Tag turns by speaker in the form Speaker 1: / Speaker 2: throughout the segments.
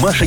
Speaker 1: Маша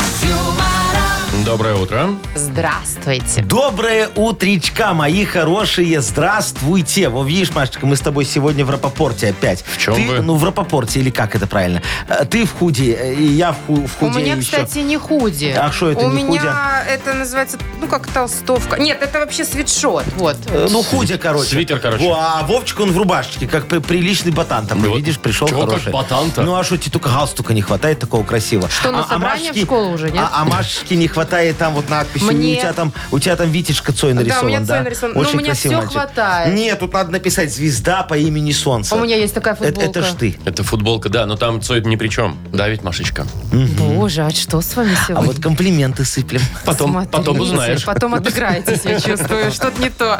Speaker 2: Доброе утро.
Speaker 3: Здравствуйте.
Speaker 4: Доброе утречка, мои хорошие, здравствуйте. Во, видишь, Машечка, мы с тобой сегодня в Рапопорте опять. В
Speaker 2: чем
Speaker 4: ты,
Speaker 2: вы?
Speaker 4: Ну, в Рапопорте, или как это правильно? Э, Ты в худи, э, и я в, ху- в
Speaker 3: У
Speaker 4: худе
Speaker 3: меня,
Speaker 4: еще.
Speaker 3: кстати, не худи.
Speaker 4: А шо это,
Speaker 3: У
Speaker 4: не худи,
Speaker 3: меня это называется, ну, как толстовка. Нет, это вообще свитшот. Вот.
Speaker 4: Э, Ну, худя, короче.
Speaker 2: Свитер, короче.
Speaker 4: Во, а Вовчик, он в рубашечке, как при- приличный ботан. Там,
Speaker 2: Ну,
Speaker 4: видишь, пришел
Speaker 2: чего как
Speaker 4: хороший.
Speaker 2: ботан-то?
Speaker 4: Ну, а что тебе только галстука не хватает такого красивого?
Speaker 3: Что, на
Speaker 4: А- а
Speaker 3: собрание в
Speaker 4: Машечке-
Speaker 3: школу уже, нет?
Speaker 4: А, а Машечке не хватает там вот надписи. ну,
Speaker 3: Мне-
Speaker 4: У тебя там, у тебя там Витечка Цой нарисован,
Speaker 3: у меня Цой нарисован. Ну, у меня
Speaker 4: красивый
Speaker 3: всё
Speaker 4: мальчик.
Speaker 3: хватает.
Speaker 4: Нет, тут надо написать «Звезда по имени Солнце».
Speaker 3: У меня есть такая
Speaker 4: Э- это,
Speaker 3: футболка.
Speaker 4: ж ты.
Speaker 2: Это футболка, да, но там Цой ни при чем. Да, ведь, Машечка?
Speaker 3: Боже, а что с вами сегодня?
Speaker 4: А вот комплименты сыплем.
Speaker 2: Потом,
Speaker 3: Смотрите,
Speaker 2: потом узнаешь.
Speaker 3: Потом отыграетесь, я чувствую, что-то не то.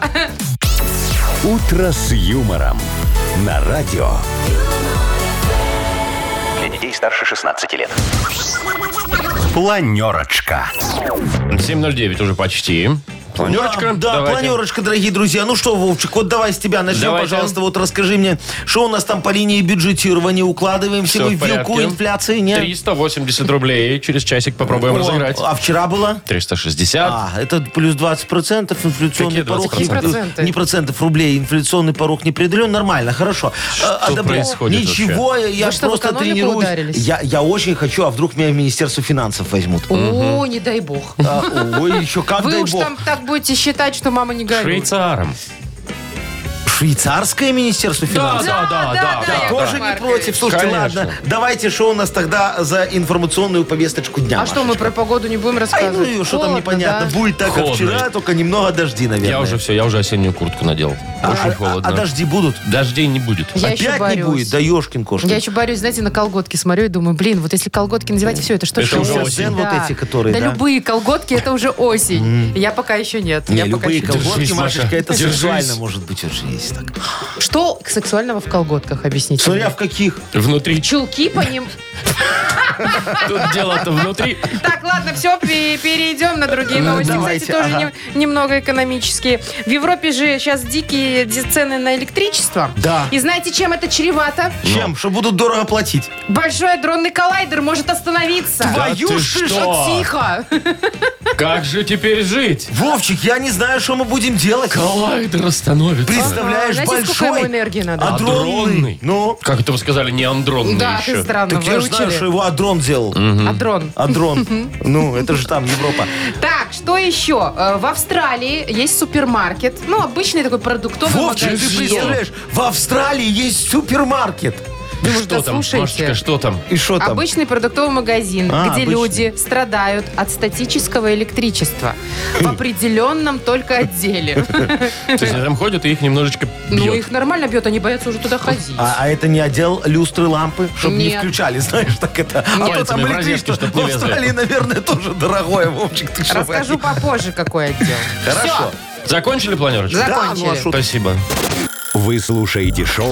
Speaker 1: «Утро с юмором» на радио. Для детей старше 16 лет. Планерочка.
Speaker 2: 7.09 уже почти.
Speaker 4: Да,
Speaker 2: Планерочка?
Speaker 4: да,
Speaker 2: Давайте.
Speaker 4: планерочка, дорогие друзья. Ну что, Вовчик, вот давай с тебя начнем,
Speaker 2: Давайте.
Speaker 4: пожалуйста. Вот расскажи мне, что у нас там по линии бюджетирования укладываемся?
Speaker 2: Все
Speaker 4: мы
Speaker 2: в
Speaker 4: в вилку
Speaker 2: порядке.
Speaker 4: инфляции? Нет?
Speaker 2: 380 рублей. Через часик попробуем
Speaker 4: О,
Speaker 2: разыграть.
Speaker 4: А вчера было?
Speaker 2: 360.
Speaker 4: А, это плюс 20% инфляционный
Speaker 2: Какие
Speaker 4: порог.
Speaker 2: 20%?
Speaker 4: Не-
Speaker 3: Проценты.
Speaker 4: Не процентов, рублей. Инфляционный порог не определен. Нормально, хорошо. А, Что
Speaker 2: происходит
Speaker 4: Ничего, я
Speaker 3: Вы Ну что, в
Speaker 4: просто
Speaker 3: экономику
Speaker 4: тренируюсь.
Speaker 3: ударились?
Speaker 4: Я, я очень хочу, а вдруг меня в Министерство финансов возьмут.
Speaker 3: О, не дай бог.
Speaker 4: А, Ой, еще как
Speaker 3: Вы
Speaker 4: дай
Speaker 3: уж
Speaker 4: бог.
Speaker 3: там так будете считать, что мама не горюет.
Speaker 2: Швейцаром.
Speaker 4: Швейцарское Министерство финансов?
Speaker 3: да, да,
Speaker 4: Я
Speaker 3: да.
Speaker 4: тоже не
Speaker 3: Маркович.
Speaker 4: против. Слушайте,
Speaker 2: Конечно.
Speaker 4: ладно. Давайте, что у нас тогда за информационную повесточку дня?
Speaker 3: А что, мы
Speaker 4: Машечка?
Speaker 3: про погоду не будем
Speaker 4: Ай,
Speaker 3: рассказывать?
Speaker 4: ну и что там
Speaker 3: Холодно,
Speaker 4: непонятно.
Speaker 3: да?
Speaker 4: Будет так,
Speaker 2: Холодно.
Speaker 4: как вчера, только немного дожди, наверное.
Speaker 2: Я уже все, я уже осеннюю куртку надел.
Speaker 4: А-
Speaker 2: Очень
Speaker 4: а-
Speaker 2: холодно.
Speaker 4: А, дожди будут?
Speaker 2: Дождей не будет.
Speaker 3: Я еще
Speaker 4: Опять не
Speaker 3: борюсь.
Speaker 4: будет, да ешкин кошкин.
Speaker 3: Я еще борюсь, знаете, на колготки смотрю и думаю, блин, вот если колготки надевать, все, это что
Speaker 2: Это
Speaker 3: ж,
Speaker 2: уже
Speaker 3: ужас.
Speaker 2: осень.
Speaker 4: Вот эти, которые, да.
Speaker 3: любые колготки, это уже осень. Я пока еще нет.
Speaker 4: Не,
Speaker 3: Я пока
Speaker 4: любые
Speaker 3: еще-
Speaker 2: колготки.
Speaker 4: колготки,
Speaker 2: Держись,
Speaker 4: Машечка,
Speaker 2: Маша,
Speaker 4: это
Speaker 2: держись.
Speaker 4: сексуально может быть уже есть так.
Speaker 3: Что сексуального в колготках, объясните
Speaker 4: Смотря
Speaker 3: мне.
Speaker 4: в каких.
Speaker 2: Внутри.
Speaker 3: Чулки по ним.
Speaker 2: Тут дело-то внутри.
Speaker 3: Так, ладно, все, перейдем на другие новости.
Speaker 4: Ну, давайте,
Speaker 3: Кстати, тоже
Speaker 4: ага.
Speaker 3: не- немного экономические. В Европе же сейчас дикие ди- цены на электричество.
Speaker 4: Да.
Speaker 3: И знаете, чем это чревато?
Speaker 2: Ну.
Speaker 4: Чем? Что будут дорого платить?
Speaker 3: Большой адронный коллайдер может остановиться.
Speaker 2: Да
Speaker 4: Твою
Speaker 2: ты
Speaker 4: ж ты ж,
Speaker 2: что?
Speaker 3: Тихо.
Speaker 2: Как же теперь жить?
Speaker 4: Вовчик, я не знаю, что мы будем делать.
Speaker 2: Коллайдер остановится.
Speaker 4: Представляешь,
Speaker 3: Знаете,
Speaker 4: большой. А,
Speaker 3: сколько ему энергии надо?
Speaker 4: Адронный.
Speaker 2: Адронный.
Speaker 4: Ну,
Speaker 2: Как это вы сказали, не андронный
Speaker 3: Да, ты
Speaker 2: еще?
Speaker 3: странно
Speaker 4: так я же знаю, что
Speaker 3: выучили.
Speaker 4: его Адрон делал.
Speaker 3: Адрон.
Speaker 4: Адрон. А Ну, это же там Европа.
Speaker 3: Так, что еще? Э, В Австралии есть супермаркет. Ну, обычный такой продуктовый
Speaker 4: Вовчик,
Speaker 3: магазин.
Speaker 4: ты представляешь, в Австралии есть супермаркет.
Speaker 3: Думаешь,
Speaker 2: Что
Speaker 3: да
Speaker 2: там,
Speaker 3: слушайте.
Speaker 2: Машечка, что там?
Speaker 4: И что там?
Speaker 3: Обычный продуктовый магазин,
Speaker 4: А,
Speaker 3: где
Speaker 4: обычный.
Speaker 3: люди страдают от статического электричества
Speaker 4: Хм.
Speaker 3: в определенном только отделе.
Speaker 2: То есть они там ходят и их немножечко
Speaker 3: Ну,
Speaker 2: бьет.
Speaker 3: их нормально бьет, они боятся уже туда ходить.
Speaker 4: А, а это не отдел люстры лампы, чтобы не
Speaker 3: Нет.
Speaker 4: включали, знаешь, так это. А то там
Speaker 2: Пальцами в розетку,
Speaker 4: электричество
Speaker 2: чтоб
Speaker 4: в
Speaker 2: не лезли.
Speaker 4: Австралии, наверное, тоже дорогое, Вовчик. а Ты что,
Speaker 3: Расскажу
Speaker 4: Вадик?
Speaker 3: попозже, какой отдел.
Speaker 4: Хорошо.
Speaker 2: Закончили планерочку?
Speaker 3: Да.
Speaker 4: Да, ну а
Speaker 3: Закончили.
Speaker 4: шо ты?
Speaker 2: Спасибо.
Speaker 1: Вы слушаете шоу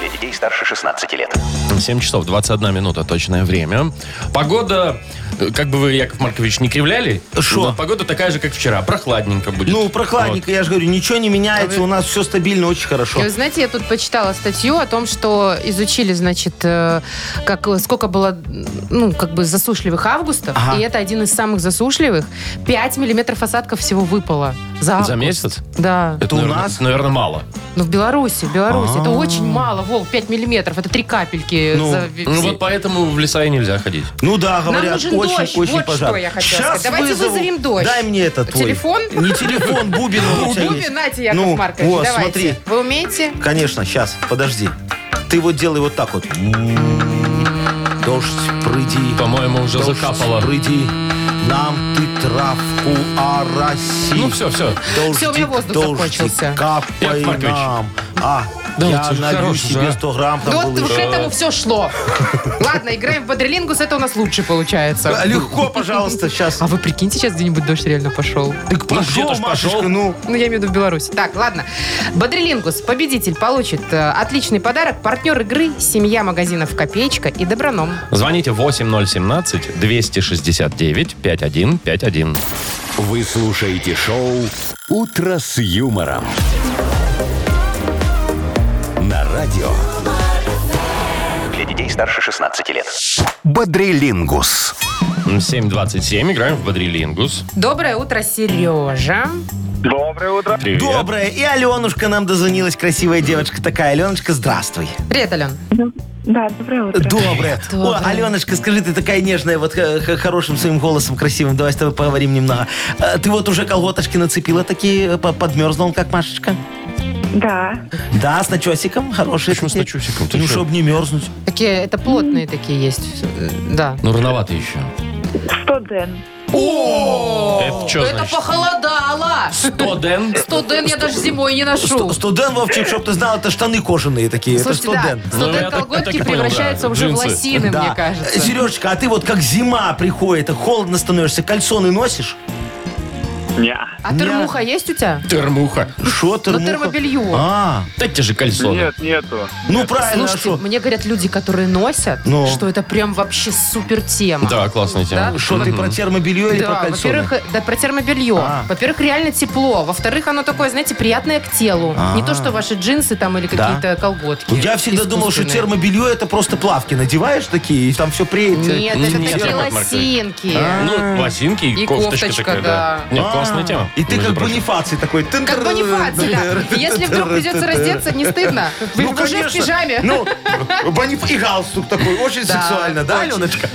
Speaker 1: Для детей старше 16 лет.
Speaker 2: 7 часов 21 минута точное время. Погода, э, как бы вы, Яков Маркович, не кривляли,
Speaker 4: Шо?
Speaker 2: но погода такая же, как вчера. Прохладненько будет.
Speaker 4: Ну, прохладненько, я же говорю, ничего не меняется, у нас все стабильно, очень хорошо.
Speaker 3: И Вы знаете, я тут почитала статью о том, что изучили, значит, э, как, э, сколько было, ну, как бы засушливых августов,
Speaker 4: Ага.
Speaker 3: и это один из самых засушливых. 5 миллиметров осадков всего выпало за
Speaker 2: Вот.
Speaker 3: август.
Speaker 2: За месяц?
Speaker 3: Да.
Speaker 2: Это
Speaker 4: А, у
Speaker 2: наверное,
Speaker 4: нас?
Speaker 2: Наверное, мало.
Speaker 3: Ну, в Беларуси, в Беларуси. Это
Speaker 4: А.
Speaker 3: очень мало, Вов, 5 миллиметров. Это три капельки.
Speaker 4: Ну,
Speaker 3: за ве-
Speaker 2: Ну,
Speaker 3: все.
Speaker 2: вот поэтому в леса и нельзя ходить.
Speaker 4: Ну да,
Speaker 3: Нам
Speaker 4: говорят,
Speaker 3: нужен
Speaker 4: очень,
Speaker 3: дождь.
Speaker 4: очень
Speaker 3: Вот
Speaker 4: пожар.
Speaker 3: что я хотела
Speaker 4: Сейчас
Speaker 3: сказать. Давайте
Speaker 4: вызову.
Speaker 3: вызовем дождь.
Speaker 4: Дай мне это твой.
Speaker 3: Телефон?
Speaker 4: Не телефон, бубен. у тебя
Speaker 3: Губи,
Speaker 4: есть.
Speaker 3: нате, Яков
Speaker 4: Ну,
Speaker 3: Маркович,
Speaker 4: вот,
Speaker 3: давайте.
Speaker 4: смотри.
Speaker 3: Вы умеете?
Speaker 4: Конечно, сейчас, подожди. Ты вот делай вот так вот. М, Дождь, прыди.
Speaker 2: По-моему, уже
Speaker 4: Дождь,
Speaker 2: закапало.
Speaker 4: прыди. Нам ты травку ороси.
Speaker 2: Ну, все, все.
Speaker 4: Дождик,
Speaker 3: Всё, у меня воздух
Speaker 4: дождик,
Speaker 3: закончился.
Speaker 4: капай
Speaker 2: Яков Маркович.
Speaker 4: нам. А,
Speaker 2: Давайте,
Speaker 4: я налью
Speaker 2: хорош уже,
Speaker 4: себе
Speaker 2: а.
Speaker 4: 100 грамм там
Speaker 3: Вот
Speaker 4: было.
Speaker 3: к этому все шло. Ладно, играем в бодрелингу, с этого у нас лучше получается.
Speaker 4: Легко, пожалуйста, сейчас.
Speaker 3: А вы прикиньте, сейчас где-нибудь дождь реально пошел.
Speaker 4: Так
Speaker 2: где-то ж пошел.
Speaker 4: ну.
Speaker 3: Ну, я имею в виду в Беларуси. Так, ладно. Бодрилингус. Победитель получит э, отличный подарок. Партнер игры «Семья магазинов Копеечка» и Доброном.
Speaker 2: Звоните 8017-269-5151.
Speaker 1: Вы слушаете шоу «Утро с юмором». На радио. Для детей старше 16 лет. Бодрилингус.
Speaker 2: 7.27, играем в Бодрилингус.
Speaker 3: Доброе утро, Сережа.
Speaker 5: Доброе утро.
Speaker 2: Привет.
Speaker 4: Доброе. И Аленушка нам дозвонилась, красивая девочка такая. Аленочка, здравствуй.
Speaker 3: Привет, Ален.
Speaker 6: Да, доброе утро.
Speaker 4: Доброе. О,
Speaker 3: Доброе.
Speaker 4: Аленочка, скажи, ты такая нежная, вот э, х- х- хорошим своим голосом красивым. Давай с тобой поговорим немного. Э, Ты вот уже колготочки нацепила такие, э, по- подмерзла он как Машечка?
Speaker 6: Да.
Speaker 4: Да, с начесиком хорошие.
Speaker 2: Почему с
Speaker 4: такие.
Speaker 2: начесиком? Ты
Speaker 4: Ну,
Speaker 2: что?
Speaker 4: чтобы не мерзнуть.
Speaker 3: Такие, это плотные такие есть. Э, Да.
Speaker 2: Ну, рановато еще.
Speaker 6: 100 ден.
Speaker 2: Это что
Speaker 3: это
Speaker 2: Э, значит?
Speaker 3: похолодало.
Speaker 2: 100 ден.
Speaker 3: 100 ден я даже зимой не ношу.
Speaker 4: Студен, Вовчик, чтоб ты знал, это штаны кожаные такие.
Speaker 3: Ну. Слушайте,
Speaker 4: это
Speaker 3: да,
Speaker 4: студен.
Speaker 3: 100
Speaker 2: Ну, я
Speaker 3: ден
Speaker 2: так- я так и
Speaker 3: колготки
Speaker 2: понял,
Speaker 3: превращаются
Speaker 2: да.
Speaker 3: уже в
Speaker 2: Джинсы.
Speaker 3: лосины, мне кажется.
Speaker 4: Сережечка, а ты вот как зима приходит, а холодно становишься, кальсоны носишь?
Speaker 5: Ня.
Speaker 3: А термуха есть у тебя?
Speaker 2: Термуха.
Speaker 4: Шо ты,
Speaker 3: Ну,
Speaker 4: муха?
Speaker 3: термобелье.
Speaker 4: А,
Speaker 2: Дайте те же кальсоны.
Speaker 5: Нет, нету.
Speaker 4: ну правильно, а
Speaker 3: Слушайте,
Speaker 4: шо?
Speaker 3: мне говорят люди, которые носят,
Speaker 4: Ну.
Speaker 3: что это прям вообще супер тема.
Speaker 2: Да, классная тема.
Speaker 3: Да?
Speaker 4: Шо ты про термобелье или про
Speaker 3: ну, Да,
Speaker 4: кальсоны?
Speaker 3: во-первых, э, да, про термобелье.
Speaker 4: А.
Speaker 3: Во-первых, реально тепло. Во-вторых, оно такое, знаете, приятное к телу. Не то, что ваши джинсы там или
Speaker 4: Да.
Speaker 3: какие-то колготки.
Speaker 4: Ну, Я всегда думал, что
Speaker 3: искусственные.
Speaker 4: термобелье это просто плавки надеваешь такие, и там все преет.
Speaker 3: Нет, это
Speaker 2: Нет,
Speaker 3: такие
Speaker 2: Яков Маркович.
Speaker 3: лосинки.
Speaker 2: Ну, лосинки и
Speaker 3: И
Speaker 2: кофточка
Speaker 3: кофточка,
Speaker 2: такая, да.
Speaker 3: да.
Speaker 2: Нет,
Speaker 4: А,
Speaker 2: классная тема.
Speaker 4: И ты
Speaker 2: между
Speaker 4: как
Speaker 2: прочим.
Speaker 4: Бонифаций такой.
Speaker 3: Как
Speaker 2: Э,
Speaker 3: Бонифаций, да. Если вдруг придется раздеться, не стыдно. Вы
Speaker 4: Ну,
Speaker 3: уже
Speaker 4: конечно.
Speaker 3: в пижаме.
Speaker 4: Ну, Бониф... и галстук такой, очень
Speaker 3: Да,
Speaker 4: сексуально, да,
Speaker 3: очень.
Speaker 4: Аленочка?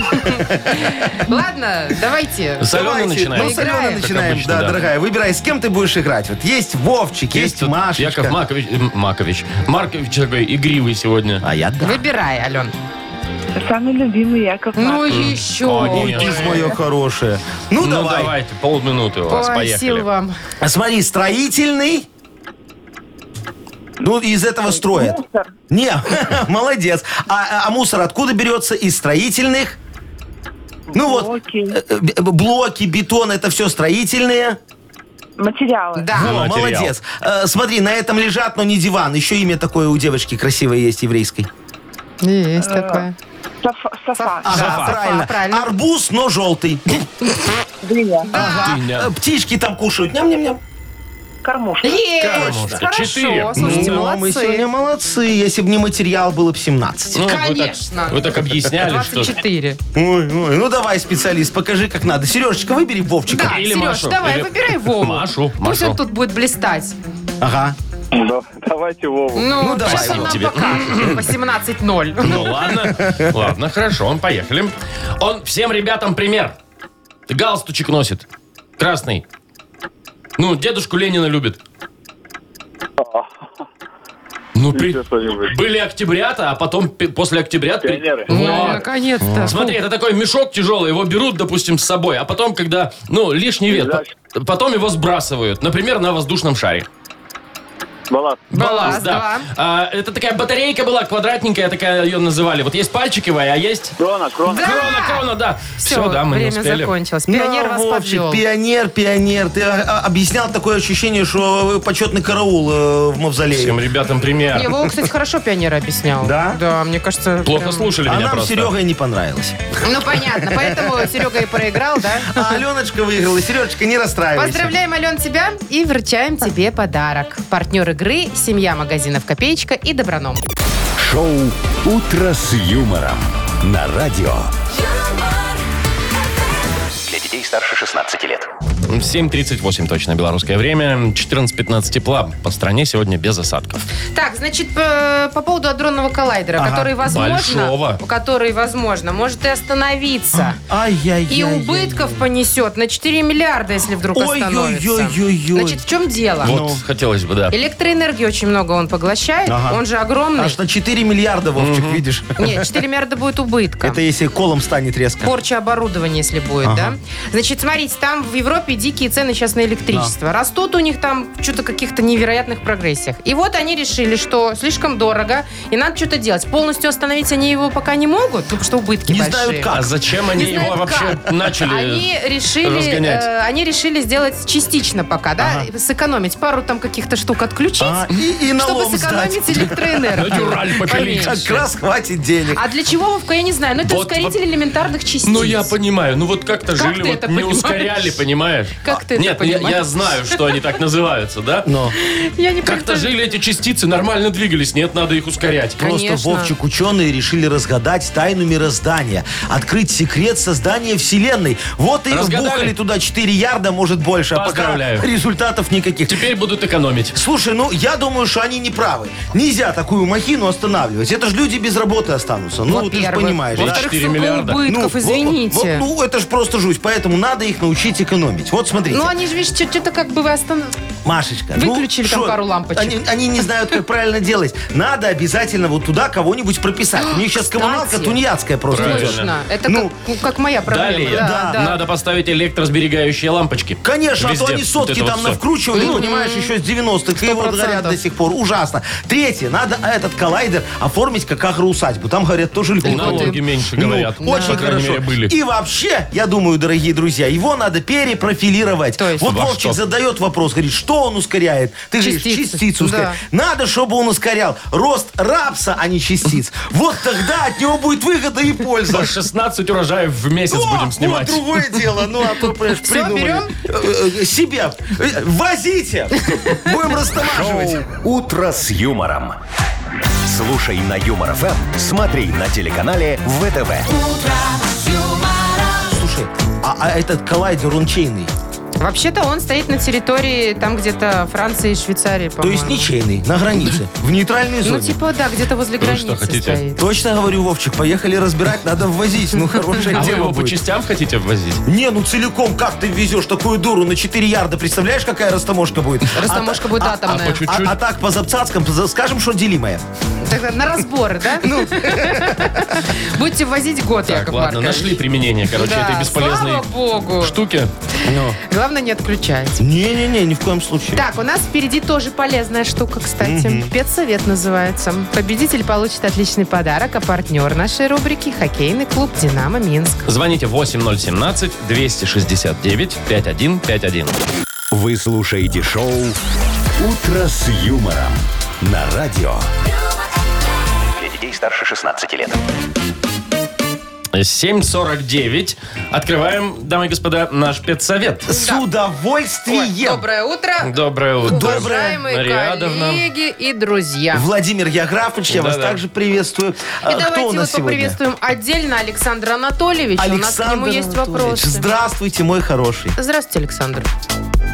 Speaker 3: Ладно, давайте.
Speaker 2: С Алены
Speaker 4: Давайте.
Speaker 2: начинаем.
Speaker 4: Ну, с Алены
Speaker 3: Играем.
Speaker 4: начинаем,
Speaker 2: Как обычно,
Speaker 4: да,
Speaker 2: да.
Speaker 4: дорогая. Выбирай, с кем ты будешь играть. Вот есть Вовчик, есть,
Speaker 2: тут
Speaker 4: Машечка.
Speaker 2: Яков Макович, э, Макович. Маркович такой игривый сегодня.
Speaker 4: А я да.
Speaker 3: Выбирай, Ален.
Speaker 6: Самый любимый
Speaker 2: А.
Speaker 6: Яков
Speaker 3: Ну
Speaker 6: Маркович.
Speaker 3: еще.
Speaker 2: Ой,
Speaker 4: Ты ж моя хорошая. Ну,
Speaker 2: Ну,
Speaker 4: давай.
Speaker 2: давайте, полминуты у вас,
Speaker 3: Ой,
Speaker 2: поехали.
Speaker 3: сил вам.
Speaker 4: А Смотри, строительный. Ну, из этого строят.
Speaker 6: Мусор.
Speaker 4: Не, молодец. А, а мусор откуда берется? Из строительных? Ну вот,
Speaker 6: Блоки.
Speaker 4: э, э, б- блоки, бетон, это все строительные.
Speaker 6: Материалы.
Speaker 4: Во,
Speaker 3: Да.
Speaker 2: материал.
Speaker 4: молодец. Э, смотри, на этом лежат, но не диван. Еще имя такое у девочки красивое есть, еврейской.
Speaker 3: Есть такое.
Speaker 6: Софа. софа.
Speaker 4: Ага,
Speaker 3: Софа,
Speaker 4: правильно.
Speaker 3: правильно.
Speaker 4: Арбуз, но желтый.
Speaker 6: Дыня.
Speaker 2: Ты не-
Speaker 4: Э, Птички там кушают. Ням-ням-ням.
Speaker 6: Кормушка.
Speaker 3: Есть.
Speaker 2: Кормушка. Четыре.
Speaker 3: Хорошо, слушайте,
Speaker 4: Ну, а мы сегодня
Speaker 3: молодцы.
Speaker 4: молодцы. Если бы не материал, было бы 17.
Speaker 2: Ну,
Speaker 3: Конечно.
Speaker 2: Вы так, вы так объясняли, что...
Speaker 3: 24.
Speaker 4: Ой, ой, ну давай, специалист, покажи, как надо. Сережечка, выбери Вовчика.
Speaker 3: Да,
Speaker 2: Или
Speaker 3: Сереж,
Speaker 2: Машу,
Speaker 3: давай,
Speaker 2: или-
Speaker 3: выбирай Вову.
Speaker 2: Машу,
Speaker 3: Пусть
Speaker 2: Машу.
Speaker 3: он тут будет блистать.
Speaker 4: Ага.
Speaker 5: Да, Давайте Вову.
Speaker 3: Ну,
Speaker 4: Ну, давай,
Speaker 3: сейчас он
Speaker 2: Вова,
Speaker 3: нам
Speaker 2: тебе.
Speaker 3: покажет. По 17-0.
Speaker 2: Ну ладно, ладно, хорошо, поехали. Он всем ребятам пример. Галстучек носит. Красный. Ну, дедушку Ленина любит. Ну, при-
Speaker 5: Еще что-нибудь.
Speaker 2: были октябрята, а потом пи- после октября... пи-
Speaker 5: Пионеры.
Speaker 2: Вот.
Speaker 3: Ну, наконец-то.
Speaker 2: Смотри, это такой мешок тяжелый, его берут, допустим, с собой, а потом, когда, ну, лишний вес, по- потом его сбрасывают, например, на воздушном шаре.
Speaker 5: Баланс.
Speaker 3: Балласт, да.
Speaker 2: А, это такая батарейка была, квадратненькая, такая ее называли. Вот есть пальчиковая, а есть...
Speaker 5: Крона, крона.
Speaker 3: Да.
Speaker 2: Крона, крона, да. Все, да, мы не
Speaker 3: время
Speaker 2: успели. Ну,
Speaker 3: закончилось. Пионер
Speaker 4: На,
Speaker 3: вас
Speaker 4: Вовчик,
Speaker 3: подвел.
Speaker 4: Пионер, пионер. Ты а, а, объяснял такое ощущение, что почетный караул э, в
Speaker 2: Всем
Speaker 4: мавзолее.
Speaker 2: ребятам пример.
Speaker 3: Его, кстати, хорошо пионер объяснял.
Speaker 4: Да?
Speaker 3: Да, мне кажется...
Speaker 2: Плохо
Speaker 3: прям-
Speaker 2: слушали
Speaker 4: А
Speaker 2: меня
Speaker 4: нам
Speaker 2: просто.
Speaker 4: Серега и не понравилось.
Speaker 3: Ну, понятно. Поэтому Серега и проиграл, да?
Speaker 4: А Аленочка выиграла. Сережечка, не расстраивайся.
Speaker 3: Поздравляем, Ален, тебя и вручаем тебе подарок. Партнер игры «Семья магазинов Копеечка» и Доброном.
Speaker 1: Шоу «Утро с юмором» на радио. Для детей старше 16 лет.
Speaker 2: 7.38 точно белорусское время. 14.15 тепла. По стране сегодня без осадков.
Speaker 3: Так, значит, э, по, по поводу адронного коллайдера,
Speaker 4: Ага,
Speaker 3: который, возможно,
Speaker 2: большого.
Speaker 3: который, возможно, может и остановиться.
Speaker 4: Ай-яй-яй.
Speaker 3: И убытков понесет на 4 миллиарда, если вдруг остановится.
Speaker 4: Ой-ой-ой-ой-ой.
Speaker 3: Значит, в чем
Speaker 4: А
Speaker 3: дело?
Speaker 2: Вот,
Speaker 4: ну.
Speaker 2: хотелось бы, да.
Speaker 3: Электроэнергии очень много он поглощает,
Speaker 4: Ага. А
Speaker 3: он же огромный.
Speaker 4: Аж на 4 миллиарда, Вовчик, видишь?
Speaker 3: Нет, 4 миллиарда будет убытка.
Speaker 4: Это если колом станет резко.
Speaker 3: Порча оборудования, если будет, да? Значит, смотрите, там в Европе дикие цены сейчас на электричество. Растут у них там что-то каких-то невероятных прогрессиях. И вот они решили, что слишком дорого, и надо что-то делать. Полностью остановить они его пока не могут, ну, потому что убытки
Speaker 4: Не
Speaker 3: большие.
Speaker 4: знают как.
Speaker 2: А зачем они
Speaker 3: Не знаю,
Speaker 2: его вообще
Speaker 3: как.
Speaker 2: начали?
Speaker 3: Они решили,
Speaker 2: разгонять.
Speaker 3: э, они решили сделать частично пока, да,
Speaker 4: Ага.
Speaker 3: сэкономить пару там каких-то штук отключить,
Speaker 4: А, и, и
Speaker 3: чтобы
Speaker 4: налом сдать.
Speaker 3: сэкономить электроэнергию.
Speaker 2: На дюраль попилить.
Speaker 3: Поменьше.
Speaker 4: Как раз хватит денег.
Speaker 3: А для чего, Вовка, я не знаю. Ну, это
Speaker 2: Вот
Speaker 3: ускоритель элементарных частиц.
Speaker 2: Ну, я понимаю. Ну, вот как-то
Speaker 3: Как
Speaker 2: жили,
Speaker 3: ты
Speaker 2: вот
Speaker 3: это
Speaker 2: не
Speaker 3: понимаешь?
Speaker 2: ускоряли, понимаешь? А,
Speaker 3: Как ты это
Speaker 2: Нет, я,
Speaker 3: понимаешь?
Speaker 2: я знаю, что они так называются, да?
Speaker 4: Но
Speaker 3: Я не
Speaker 2: Как-то
Speaker 3: представляю.
Speaker 2: жили эти частицы, нормально двигались. Нет, надо их ускорять.
Speaker 4: просто
Speaker 3: Конечно.
Speaker 4: Вовчик ученые решили разгадать тайну мироздания, открыть секрет создания Вселенной. Вот и
Speaker 2: Разгадали?
Speaker 4: вбухали туда 4 ярда, может больше, а пока
Speaker 2: Поздравляю.
Speaker 4: результатов никаких.
Speaker 2: Теперь будут экономить.
Speaker 4: Слушай, ну я думаю, что они не правы. Нельзя такую махину останавливать. Это же люди без работы останутся. Ну, ты же
Speaker 3: Во-первых.
Speaker 4: понимаешь. да?
Speaker 3: Во-вторых,
Speaker 2: 4
Speaker 3: сколько
Speaker 2: миллиарда. Ну,
Speaker 3: убытков,
Speaker 4: во-
Speaker 3: извините.
Speaker 4: во- ну, это же просто жуть. Поэтому надо их научить экономить. Вот смотрите.
Speaker 3: Ну, они же, видишь, что-то как бы вы останов-
Speaker 4: Машечка.
Speaker 3: Выключили там
Speaker 4: шо,
Speaker 3: пару лампочек.
Speaker 4: Они, они не знают, как правильно делать. Надо обязательно вот туда кого-нибудь прописать. У них сейчас
Speaker 3: Кстати.
Speaker 4: коммуналка тунеядская просто
Speaker 2: Правильно.
Speaker 4: идет.
Speaker 3: Точно. Это
Speaker 4: Ну,
Speaker 3: как, ну, как моя проблема.
Speaker 2: Далее
Speaker 3: Да, да.
Speaker 2: надо поставить электросберегающие лампочки.
Speaker 4: Конечно,
Speaker 2: Везде.
Speaker 4: а то они
Speaker 2: Вот
Speaker 4: сотки
Speaker 2: это
Speaker 4: там
Speaker 2: вот всё.
Speaker 4: навкручивали, ну, понимаешь, еще с 90-х. И вот горят до сих пор. Ужасно. Третье, надо этот коллайдер оформить как агроусадьбу. Там, говорят, тоже
Speaker 2: И
Speaker 4: льготы.
Speaker 2: налоги меньше
Speaker 4: Ну,
Speaker 2: говорят.
Speaker 4: очень
Speaker 2: По крайней
Speaker 4: хорошо.
Speaker 2: мере, были.
Speaker 4: И вообще, я думаю, дорогие друзья, его надо перепрофилировать.
Speaker 3: То есть?
Speaker 4: вот
Speaker 2: Во
Speaker 4: Вовчик
Speaker 2: что?
Speaker 4: задает вопрос, говорит, что он ускоряет? Ты говоришь,
Speaker 3: Частицы.
Speaker 4: частицу ускоряет. Надо, чтобы он ускорял рост рапса, а не частиц. Вот тогда от него будет выгода и польза.
Speaker 2: По 16 урожаев в месяц
Speaker 4: О,
Speaker 2: будем
Speaker 4: вот
Speaker 2: снимать.
Speaker 4: другое дело. Ну, а то, понимаешь,
Speaker 3: Всё,
Speaker 4: придумали.
Speaker 3: берем?
Speaker 4: Э, э, Себе. Э, Возите. Будем растамаживать.
Speaker 1: «Утро с юмором». Слушай на Юмор ФМ, смотри на телеканале ВТВ.
Speaker 4: Слушай, а, а этот коллайдер, он чейный?
Speaker 3: Вообще-то он стоит на территории там где-то Франции и Швейцарии,
Speaker 4: То есть
Speaker 3: по-моему.
Speaker 4: ничейный, на границе, в нейтральной
Speaker 3: Ну,
Speaker 4: зоне.
Speaker 3: типа, да, где-то возле
Speaker 2: Вы
Speaker 3: границы
Speaker 2: что, хотите?
Speaker 3: стоит.
Speaker 4: Точно говорю, Вовчик, поехали разбирать, надо ввозить. Ну, хорошая
Speaker 2: А вы
Speaker 4: тема
Speaker 2: его по
Speaker 4: будет.
Speaker 2: частям хотите ввозить?
Speaker 4: Не, ну целиком как ты везешь такую дуру на 4 ярда? Представляешь, какая растаможка будет?
Speaker 3: Растаможка будет атомная.
Speaker 2: а по чуть-
Speaker 4: А, а так по запцацкам за- скажем, что делимое.
Speaker 3: Тогда на разборы, да? Будете возить год,
Speaker 2: Ну. Так,
Speaker 3: Яков
Speaker 2: ладно,
Speaker 3: Маркович.
Speaker 2: нашли применение, короче,
Speaker 3: Да,
Speaker 2: этой бесполезной
Speaker 3: слава богу.
Speaker 2: штуки.
Speaker 3: Главное, не отключать.
Speaker 4: Не-не-не, ни в коем случае.
Speaker 3: Так, у нас впереди тоже полезная штука, кстати. Спецсовет называется. Победитель получит отличный подарок, а партнер нашей рубрики – хоккейный клуб «Динамо Минск».
Speaker 2: Звоните 8017-269-5151.
Speaker 1: Вы слушаете шоу «Утро с юмором» на радио. Для детей старше 16 лет.
Speaker 2: 749. Открываем, дамы и господа, наш спецсовет.
Speaker 4: С удовольствием.
Speaker 3: доброе утро,
Speaker 2: Доброе утро.
Speaker 3: уважаемые
Speaker 2: Мария Адовна.
Speaker 3: коллеги и друзья.
Speaker 4: Владимир Яграфович, я вас
Speaker 2: Да-да.
Speaker 4: также приветствую. Э,
Speaker 3: И давайте вот поприветствуем отдельно Александра Анатольевича. У нас к нему есть
Speaker 4: Анатольевич,
Speaker 3: вопросы.
Speaker 4: Здравствуйте, мой хороший.
Speaker 3: Здравствуйте, Александр.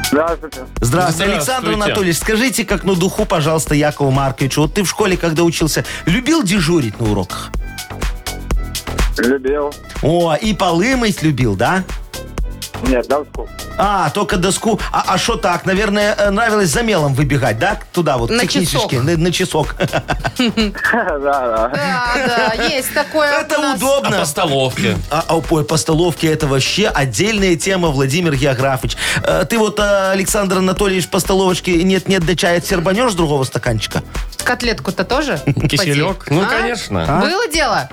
Speaker 5: Здравствуйте.
Speaker 4: Здравствуйте, Александр
Speaker 2: Здравствуйте.
Speaker 4: Анатольевич. Скажите, как на духу, пожалуйста, Якову Марковичу. Вот ты в школе, когда учился, любил дежурить на уроках?
Speaker 5: Любил.
Speaker 4: О, и полы мыть любил, да?
Speaker 5: Нет, доску.
Speaker 4: А, только доску. А что так? Наверное, э, нравилось за мелом выбегать, да? Туда вот,
Speaker 3: На
Speaker 4: технически,
Speaker 3: часок.
Speaker 4: На, на часок.
Speaker 5: Да, да.
Speaker 3: Да, да, есть такое. у
Speaker 4: Это
Speaker 3: нас.
Speaker 2: А
Speaker 4: удобно.
Speaker 2: по столовке.
Speaker 4: А, а, ой, по столовке это вообще отдельная тема, Владимир Географович. Э, Ты вот, э, Александр Анатольевич, по столовочке нет-нет, до чая сербанешь с другого стаканчика?
Speaker 3: Котлетку-то тоже?
Speaker 2: Киселек.
Speaker 3: Поди.
Speaker 2: Ну,
Speaker 3: А?
Speaker 2: конечно.
Speaker 3: Было дело?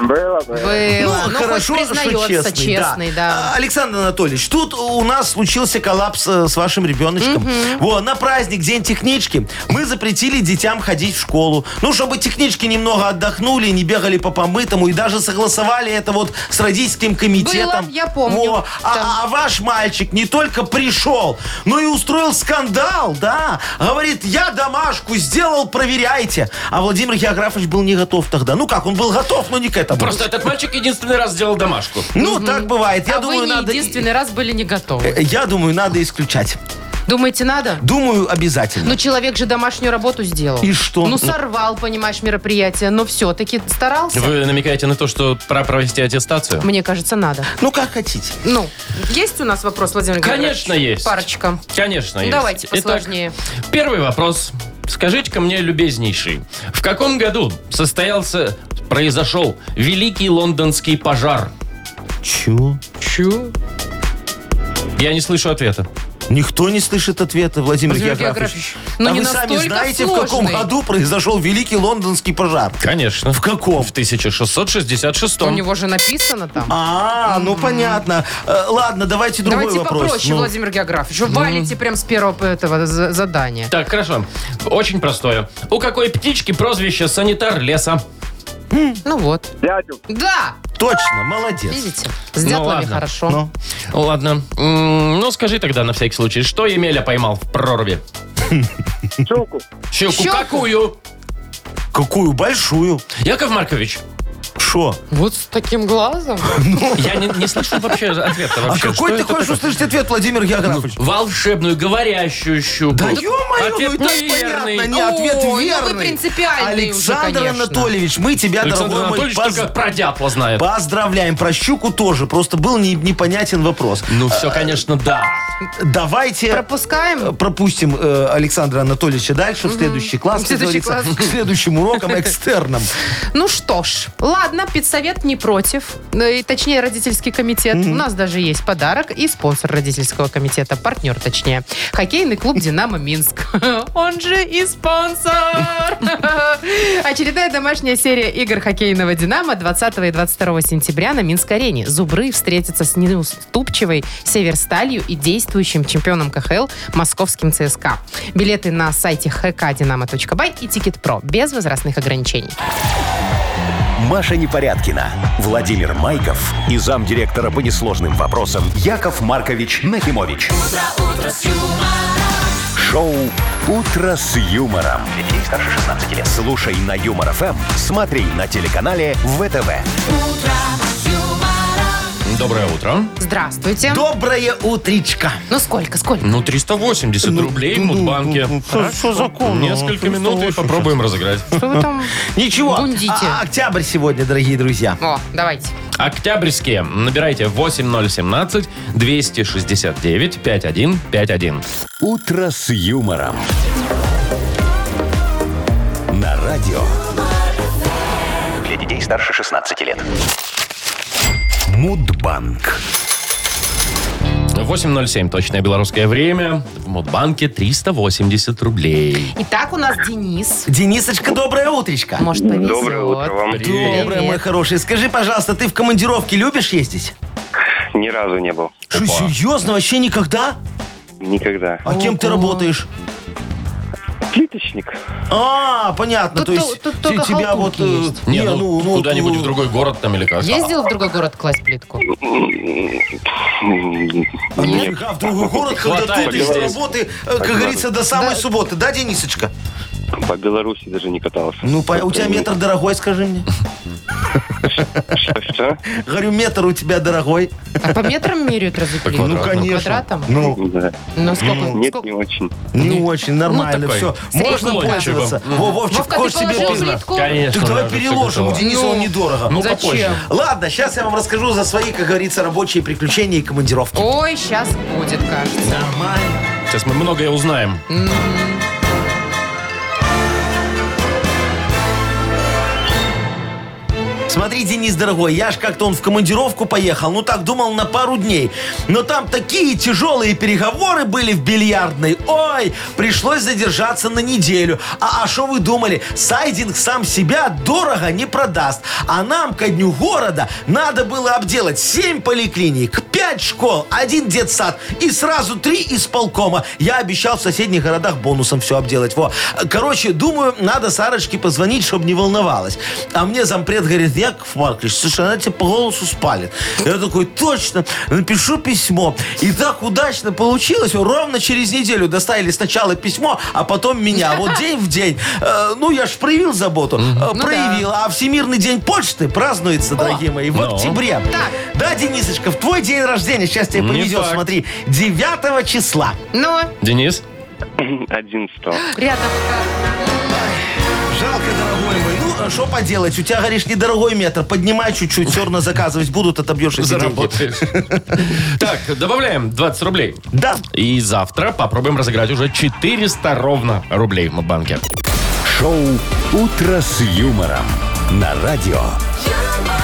Speaker 5: Было, было.
Speaker 3: Было. Ну, хоть признается, честный, да.
Speaker 4: А, Александр Анатольевич, тут у нас случился коллапс э, с вашим ребеночком. Во, на праздник День технички мы запретили детям ходить в школу. Ну, чтобы технички немного отдохнули, не бегали по помытому и даже согласовали это вот с родительским комитетом.
Speaker 3: Было, я помню.
Speaker 4: Во, а-
Speaker 3: Там.
Speaker 4: а, ваш мальчик не только пришел, но и устроил скандал, да. Говорит, я домашку сделал, проверяйте. А Владимир Географович был не готов тогда. Ну как, он был готов, но не к этому.
Speaker 2: Просто этот мальчик единственный раз сделал домашку.
Speaker 4: Ну, так бывает. Я
Speaker 3: а
Speaker 4: думаю,
Speaker 3: вы не
Speaker 4: надо...
Speaker 3: единственный раз были не готовы.
Speaker 4: Э, Я думаю, надо исключать.
Speaker 3: Думаете, надо?
Speaker 4: Думаю, обязательно.
Speaker 3: Ну, человек же домашнюю работу сделал.
Speaker 4: И что?
Speaker 3: Ну, сорвал, понимаешь, мероприятие, но все-таки старался.
Speaker 2: Вы намекаете на то, что пора провести аттестацию?
Speaker 3: Мне кажется, надо.
Speaker 4: Ну, как хотите.
Speaker 3: Ну, есть у нас вопрос, Владимир Георгиевич?
Speaker 2: Конечно, есть.
Speaker 3: Парочка.
Speaker 2: Конечно,
Speaker 3: Ну,
Speaker 2: есть.
Speaker 3: давайте
Speaker 2: Итак,
Speaker 3: посложнее.
Speaker 2: первый вопрос. Скажите-ка мне, любезнейший, в каком году состоялся, произошел великий лондонский пожар?
Speaker 4: Чё?
Speaker 3: Чу.
Speaker 2: Я не слышу ответа.
Speaker 4: Никто не слышит ответа, Владимир
Speaker 3: Владимир
Speaker 4: Географович.
Speaker 3: Географович, ну
Speaker 4: а
Speaker 3: не
Speaker 4: вы сами
Speaker 3: настолько
Speaker 4: знаете, в каком
Speaker 3: сложный.
Speaker 4: году произошел великий лондонский пожар?
Speaker 2: Конечно.
Speaker 4: В каком?
Speaker 2: В 1666
Speaker 3: У него же написано там.
Speaker 4: А, ну понятно. Э, Ладно, давайте другой
Speaker 3: Давайте
Speaker 4: вопрос.
Speaker 3: попроще,
Speaker 4: Ну,
Speaker 3: Владимир Географович. Вы валите прям с первого этого за- задания.
Speaker 2: Так, хорошо. Очень простое. У какой птички прозвище санитар леса?
Speaker 3: Ну вот.
Speaker 5: Дядю.
Speaker 3: Да!
Speaker 4: Точно, молодец.
Speaker 3: Видите? С дятлами
Speaker 2: ладно.
Speaker 3: хорошо.
Speaker 4: Ну.
Speaker 2: Ладно. М, Ну, скажи тогда на всякий случай, что Емеля поймал в проруби?
Speaker 5: Щуку.
Speaker 2: Щуку.
Speaker 3: Щуку.
Speaker 2: Какую?
Speaker 4: Какую большую?
Speaker 2: Яков Маркович,
Speaker 4: Шо?
Speaker 3: Вот с таким глазом.
Speaker 2: я не, не слышу вообще ответа.
Speaker 4: А
Speaker 2: Вообще.
Speaker 4: какой
Speaker 2: Что
Speaker 4: ты
Speaker 2: это
Speaker 4: хочешь
Speaker 2: такое?
Speaker 4: услышать ответ, Владимир Географович?
Speaker 2: Волшебную говорящую щуку.
Speaker 4: Да ё-моё, ну и
Speaker 2: Ответ
Speaker 4: так
Speaker 2: неверный.
Speaker 4: понятно. Не, ответ
Speaker 3: Ой, ну вы
Speaker 4: верный.
Speaker 3: принципиальный уже,
Speaker 4: Александр
Speaker 3: конечно.
Speaker 4: Анатольевич, мы тебя,
Speaker 2: Александр
Speaker 4: дорогой а мой,
Speaker 2: Анатольевич
Speaker 4: поз-
Speaker 2: только про дятла знает.
Speaker 4: поздравляем. Про щуку тоже, просто был не- непонятен вопрос.
Speaker 2: Ну, все, конечно, да.
Speaker 4: Давайте...
Speaker 3: Пропускаем?
Speaker 4: пропустим э, Александра Анатольевича дальше в следующий класс,
Speaker 3: В
Speaker 4: как
Speaker 3: следующий
Speaker 4: говорится,
Speaker 3: класс.
Speaker 4: к следующим урокам экстерном.
Speaker 3: Ну что ж, ладно, педсовет не против. Ну И, точнее, родительский комитет. У нас даже есть подарок и спонсор родительского комитета, партнер точнее. Хоккейный клуб «Динамо Минск». Он же и спонсор. Очередная домашняя серия игр хоккейного «Динамо» 20 и 22 сентября на Минск-арене. Зубры встретятся с неуступчивой «Северсталью» и действующим чемпионом КХЛ московским ЦСКА. Билеты на сайте hkdinamo.by и Тикет.Про без возрастных ограничений.
Speaker 1: Маша Непорядкина, Владимир Майков и замдиректора по несложным вопросам Яков Маркович Нахимович. Шоу Утро с юмором. Для детей старше 16 лет. Слушай на юмор ФМ, смотри на телеканале ВТВ.
Speaker 2: Доброе утро.
Speaker 3: Здравствуйте.
Speaker 4: Доброе утречко.
Speaker 3: Ну сколько, сколько?
Speaker 2: Ну, 380 рублей в Мудбанке.
Speaker 4: Что
Speaker 2: Ну,
Speaker 4: закон?
Speaker 2: Несколько минут и попробуем разыграть.
Speaker 3: Что вы там?
Speaker 4: Ничего.
Speaker 3: Бундите.
Speaker 4: А, Октябрь сегодня, дорогие друзья.
Speaker 3: О, давайте.
Speaker 2: Октябрьские. Набирайте 8017-269-5151.
Speaker 1: Утро с юмором. На радио. Для детей старше 16 лет. Мудбанк.
Speaker 2: 8.07 точное белорусское время. В Мудбанке 380 рублей.
Speaker 3: Итак, у нас Денис.
Speaker 4: Денисочка, доброе утречко.
Speaker 3: Может, повезет.
Speaker 7: Доброе утро вам.
Speaker 2: Привет.
Speaker 4: Доброе, мой хороший. Скажи, пожалуйста, ты в командировке любишь ездить?
Speaker 7: Ни разу не был.
Speaker 4: Что, серьезно? Вообще никогда?
Speaker 7: Никогда.
Speaker 4: А кем ты работаешь?
Speaker 7: Плиточник?
Speaker 4: А, понятно.
Speaker 3: Тут
Speaker 4: то есть
Speaker 3: то- тут
Speaker 4: ты-
Speaker 3: только
Speaker 4: тебя вот...
Speaker 3: халтурки
Speaker 4: э,
Speaker 3: есть.
Speaker 2: Не,
Speaker 4: не,
Speaker 2: ну,
Speaker 4: ну,
Speaker 2: куда-нибудь
Speaker 4: ну,
Speaker 2: в другой город там или как?
Speaker 3: Ездил в другой город класть плитку?
Speaker 4: а нафига в другой город, когда
Speaker 2: Хватает
Speaker 4: тут еще
Speaker 2: здесь.
Speaker 4: работы, э, как говорится, до самой субботы. Да, Денисочка?
Speaker 7: По Беларуси даже не катался.
Speaker 4: Ну, по- у тебя метр дорогой, скажи мне.
Speaker 7: Что, что?
Speaker 4: Говорю, метр у тебя дорогой.
Speaker 3: А по метрам меряют разве плитку?
Speaker 2: Ну,
Speaker 4: конечно.
Speaker 3: Квадратом?
Speaker 4: Ну,
Speaker 7: Да.
Speaker 3: Ну, сколько?
Speaker 7: Нет,
Speaker 3: сколько-
Speaker 7: не очень.
Speaker 4: не очень, нормально,
Speaker 2: Ну, такой,
Speaker 4: все.
Speaker 3: средний
Speaker 4: Можно
Speaker 2: платье.
Speaker 4: пользоваться.
Speaker 2: Мгм.
Speaker 4: Во, Вовчик,
Speaker 3: Вовка, ты
Speaker 4: хочешь тебе
Speaker 3: положил
Speaker 4: пизда?
Speaker 3: плитку?
Speaker 2: Конечно.
Speaker 4: Так давай
Speaker 2: да, всё
Speaker 4: переложим, у
Speaker 2: готово.
Speaker 4: Дениса он недорого.
Speaker 2: Ну,
Speaker 3: Зачем?
Speaker 2: попозже.
Speaker 4: Ладно, сейчас я вам расскажу за свои, как говорится, рабочие приключения и командировки.
Speaker 3: Ой, сейчас будет, кажется.
Speaker 4: Нормально.
Speaker 2: Сейчас мы многое узнаем.
Speaker 4: Смотри, Денис, дорогой, я ж как-то он в командировку поехал, ну так думал на пару дней. Но там такие тяжелые переговоры были в бильярдной. Ой, пришлось задержаться на неделю. А а что вы думали? Сайдинг сам себя дорого не продаст. А нам ко дню города надо было обделать 7 поликлиник, 5 школ, один детсад и сразу 3 исполкома. Я обещал в соседних городах бонусом все обделать. Во. Короче, думаю, надо Сарочке позвонить, чтобы не волновалась. А мне зампред говорит, Яков Маркович, слушай, она тебе по голосу спалит. Я такой, точно, напишу письмо. И так удачно получилось. Ровно через неделю доставили сначала письмо, а потом меня. Вот день в день. Э, Ну, я ж проявил заботу. Э,
Speaker 3: Ну
Speaker 4: Проявил. А Всемирный день почты празднуется, дорогие мои, в
Speaker 2: ну.
Speaker 4: октябре.
Speaker 3: Так.
Speaker 4: Да, Денисочка, в твой день рождения, сейчас тебе
Speaker 2: Не
Speaker 4: повезет,
Speaker 2: факт.
Speaker 4: смотри, 9 числа.
Speaker 3: Ну,
Speaker 2: Денис?
Speaker 7: 11
Speaker 3: рядом.
Speaker 4: Жалко, дорогой мой. Ну, что поделать? У тебя, говоришь, недорогой метр. Поднимай чуть-чуть, все равно заказывать будут, отобьешь эти деньги.
Speaker 2: Заработаешь. Так, добавляем 20 рублей.
Speaker 4: Да.
Speaker 2: И завтра попробуем разыграть уже 400 ровно рублей в Мудбанке.
Speaker 1: Шоу Утро с юмором. На радио.
Speaker 8: юмор,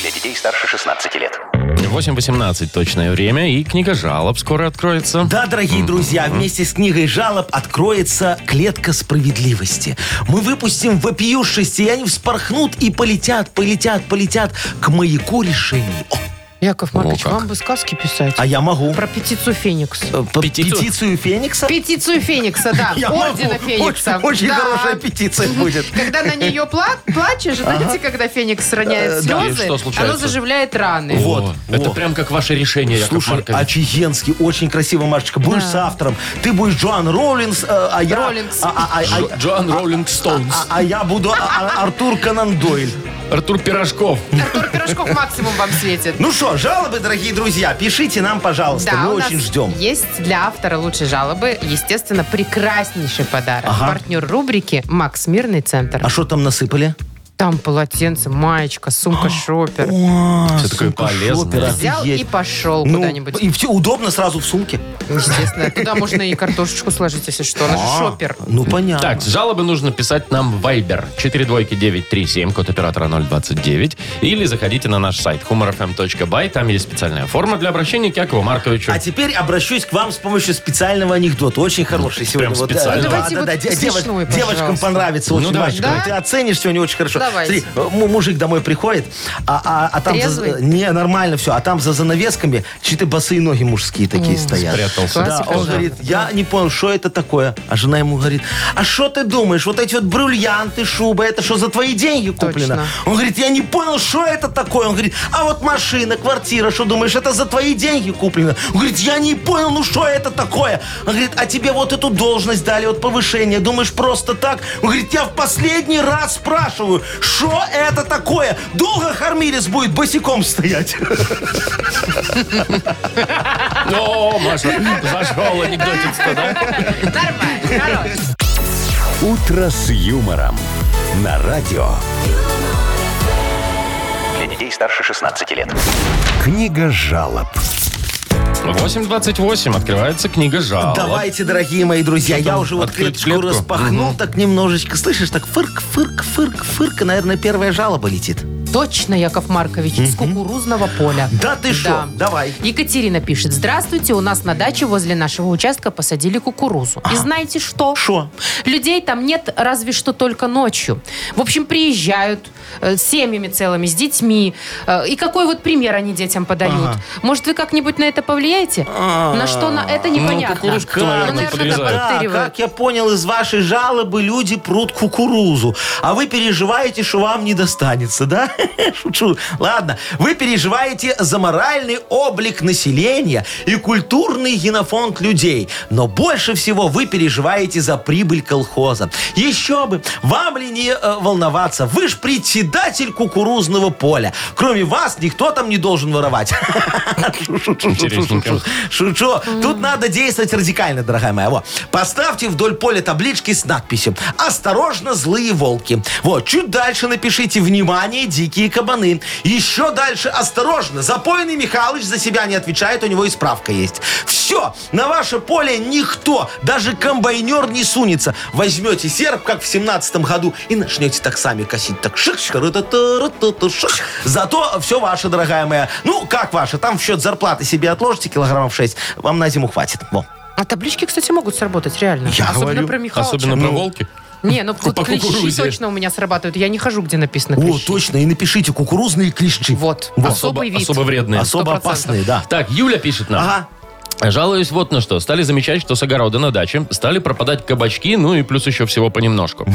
Speaker 1: Для детей старше 16 лет.
Speaker 2: 8.18 точное время, и книга жалоб скоро откроется.
Speaker 4: Да, дорогие друзья, вместе с книгой жалоб откроется клетка справедливости. Мы выпустим вопиюшести, и они вспорхнут и полетят, полетят, полетят к маяку решений. О,
Speaker 3: Яков Маркович,
Speaker 2: как.
Speaker 3: вам бы сказки писать.
Speaker 4: а я могу.
Speaker 3: Про петицию Феникс.
Speaker 4: Э, п-
Speaker 2: Петицию?
Speaker 4: Петицию Феникса?
Speaker 3: Петицию Феникса, да.
Speaker 4: Я
Speaker 3: Ордена
Speaker 4: могу.
Speaker 3: Феникса.
Speaker 4: Очень, очень
Speaker 3: Да.
Speaker 4: хорошая петиция будет.
Speaker 3: Когда на нее пла- плачешь, знаете, когда Феникс роняет
Speaker 4: Э, да.
Speaker 2: И
Speaker 3: слезы,
Speaker 2: что случается?
Speaker 3: оно заживляет раны.
Speaker 4: Вот,
Speaker 2: О, Это
Speaker 4: вот.
Speaker 2: прям как ваше решение, Яков
Speaker 4: Слушай,
Speaker 2: Маркович.
Speaker 4: офигенский, очень красиво, Машечка. Будешь с автором. Ты будешь Джоан Роллинс, э, а я...
Speaker 3: Роллинс.
Speaker 4: а- а- а-
Speaker 2: Джо-
Speaker 4: а-
Speaker 2: Джоан Роллинг
Speaker 4: а-
Speaker 2: Стоунс.
Speaker 4: а я буду а- а- Артур Конан Дойль.
Speaker 2: Артур Пирожков.
Speaker 3: Артур Пирожков максимум вам светит.
Speaker 4: Ну что, жалобы, дорогие друзья, пишите нам, пожалуйста. Мы
Speaker 3: у нас
Speaker 4: очень ждем.
Speaker 3: Есть для автора лучшей жалобы, естественно, прекраснейший подарок.
Speaker 4: Ага.
Speaker 3: Партнер рубрики Макс Мирный центр.
Speaker 4: А что там насыпали?
Speaker 3: Там полотенце, маечка, сумка
Speaker 4: А,
Speaker 3: шопер.
Speaker 2: Все такое полезное.
Speaker 3: Взял и пошел
Speaker 4: Ну,
Speaker 3: куда-нибудь.
Speaker 4: И все удобно сразу в сумке.
Speaker 3: Естественно, туда можно и картошечку сложить, если что. Она же шопер.
Speaker 4: Ну
Speaker 3: А.
Speaker 4: понятно.
Speaker 2: Так, жалобы нужно писать нам в Viber 42937, код оператора 029. Или заходите на наш сайт humorfm.by. Там есть специальная форма для обращения к Якову Марковичу.
Speaker 4: А теперь обращусь к вам с помощью специального анекдота. Очень хороший сегодня. э,
Speaker 2: специально.
Speaker 4: да,
Speaker 3: Ну, Давайте
Speaker 4: да,
Speaker 3: вот
Speaker 4: да, де-
Speaker 3: смешной,
Speaker 4: девоч-
Speaker 3: пожалуйста.
Speaker 4: девочкам понравится очень.
Speaker 2: Ну, давай.
Speaker 4: Машечка,
Speaker 3: Да?
Speaker 4: Ты оценишь сегодня очень хорошо.
Speaker 3: Давайте.
Speaker 4: Смотри, э, му- мужик домой приходит, а, а- а там... за-
Speaker 3: Трезвый?
Speaker 4: не, нормально все. А там за занавесками чьи-то босые ноги мужские такие стоят.
Speaker 2: Спрятался.
Speaker 4: Да,
Speaker 3: Классика
Speaker 4: он
Speaker 3: же.
Speaker 4: говорит, я не понял, что это такое. А жена ему говорит, а что ты думаешь, вот эти вот бриллианты, шубы, это что, за твои деньги куплено?
Speaker 3: Точно.
Speaker 4: Он говорит, я не понял, что это такое. Он говорит, а вот машина, квартира, что думаешь, это за твои деньги куплено? Он говорит, я не понял, ну что это такое? Он говорит, а тебе вот эту должность дали, вот повышение, думаешь, просто так? Он говорит, я в последний раз спрашиваю, что это такое? Долго Хармирис будет босиком стоять?
Speaker 2: О, Маша, зашел анекдотик-то, да?
Speaker 3: Нормально, хорош.
Speaker 1: «Утро с юмором» на радио. Для детей старше 16 лет. Книга жалоб.
Speaker 2: 8.28 открывается книга жалоб.
Speaker 4: Давайте, дорогие мои друзья, я уже вот
Speaker 2: Открыть
Speaker 4: клеточку,
Speaker 2: клетку?
Speaker 4: распахнул так немножечко. Слышишь, так фырк, фырк, фырк, фырк, и, наверное, первая жалоба летит.
Speaker 3: Точно, Яков Маркович, из кукурузного поля.
Speaker 4: Да ты что? Давай.
Speaker 3: Екатерина пишет, здравствуйте, у нас на даче возле нашего участка посадили кукурузу. И знаете что?
Speaker 4: Шо?
Speaker 3: Людей там нет разве что только ночью. В общем, приезжают э, с семьями целыми, с детьми. Э, и какой вот пример они детям подают? Может, вы как-нибудь на это повлияете?
Speaker 4: А,
Speaker 3: На что на это
Speaker 4: ну,
Speaker 3: непонятно.
Speaker 2: кукурузку-то, наверное,
Speaker 3: Ну, наверное,
Speaker 2: подрезают.
Speaker 3: так
Speaker 4: Да,
Speaker 3: подтыривают.
Speaker 4: как я понял из вашей жалобы, люди прут кукурузу. А вы переживаете, что вам не достанется, да? Шучу. Ладно. Вы переживаете за моральный облик населения и культурный генофонд людей. Но больше всего вы переживаете за прибыль колхоза. Еще бы. Вам ли не э, волноваться? Вы ж председатель кукурузного поля. Кроме вас никто там не должен воровать.
Speaker 2: Интересненько.
Speaker 4: Шучу. Тут надо действовать радикально, дорогая моя. Во. Поставьте вдоль поля таблички с надписью «Осторожно, злые волки». Вот. Чуть дальше напишите «Внимание, дикие кабаны». Еще дальше «Осторожно, запойный Михалыч за себя не отвечает, у него и справка есть». Все. На ваше поле никто, даже комбайнер не сунется. Возьмете серп, как в семнадцатом году, и начнете так сами косить. Так шик, шик-ры-та-та-ра-та-та, шик. Зато все ваше, дорогая моя. Ну, как ваше? Там в счет зарплаты себе отложите килограммов 6. Вам на зиму хватит. Во.
Speaker 3: А таблички, кстати, могут сработать, реально.
Speaker 4: Я
Speaker 3: Особенно
Speaker 4: говорю.
Speaker 3: про Михалыча.
Speaker 2: Особенно про волки.
Speaker 3: Не, ну тут
Speaker 2: По
Speaker 3: клещи
Speaker 2: кукурузе.
Speaker 3: точно у меня срабатывают. Я не хожу, где написано
Speaker 4: О,
Speaker 3: клещи.
Speaker 4: точно. И напишите кукурузные клещи.
Speaker 3: Вот.
Speaker 4: Во.
Speaker 3: Особый вид.
Speaker 2: Особо вредные.
Speaker 4: Особо
Speaker 3: 100%.
Speaker 4: опасные, да.
Speaker 2: Так, Юля пишет нам.
Speaker 4: Ага.
Speaker 2: Жалуюсь вот на что. Стали замечать, что с огорода на даче стали пропадать кабачки, ну и плюс еще всего понемножку.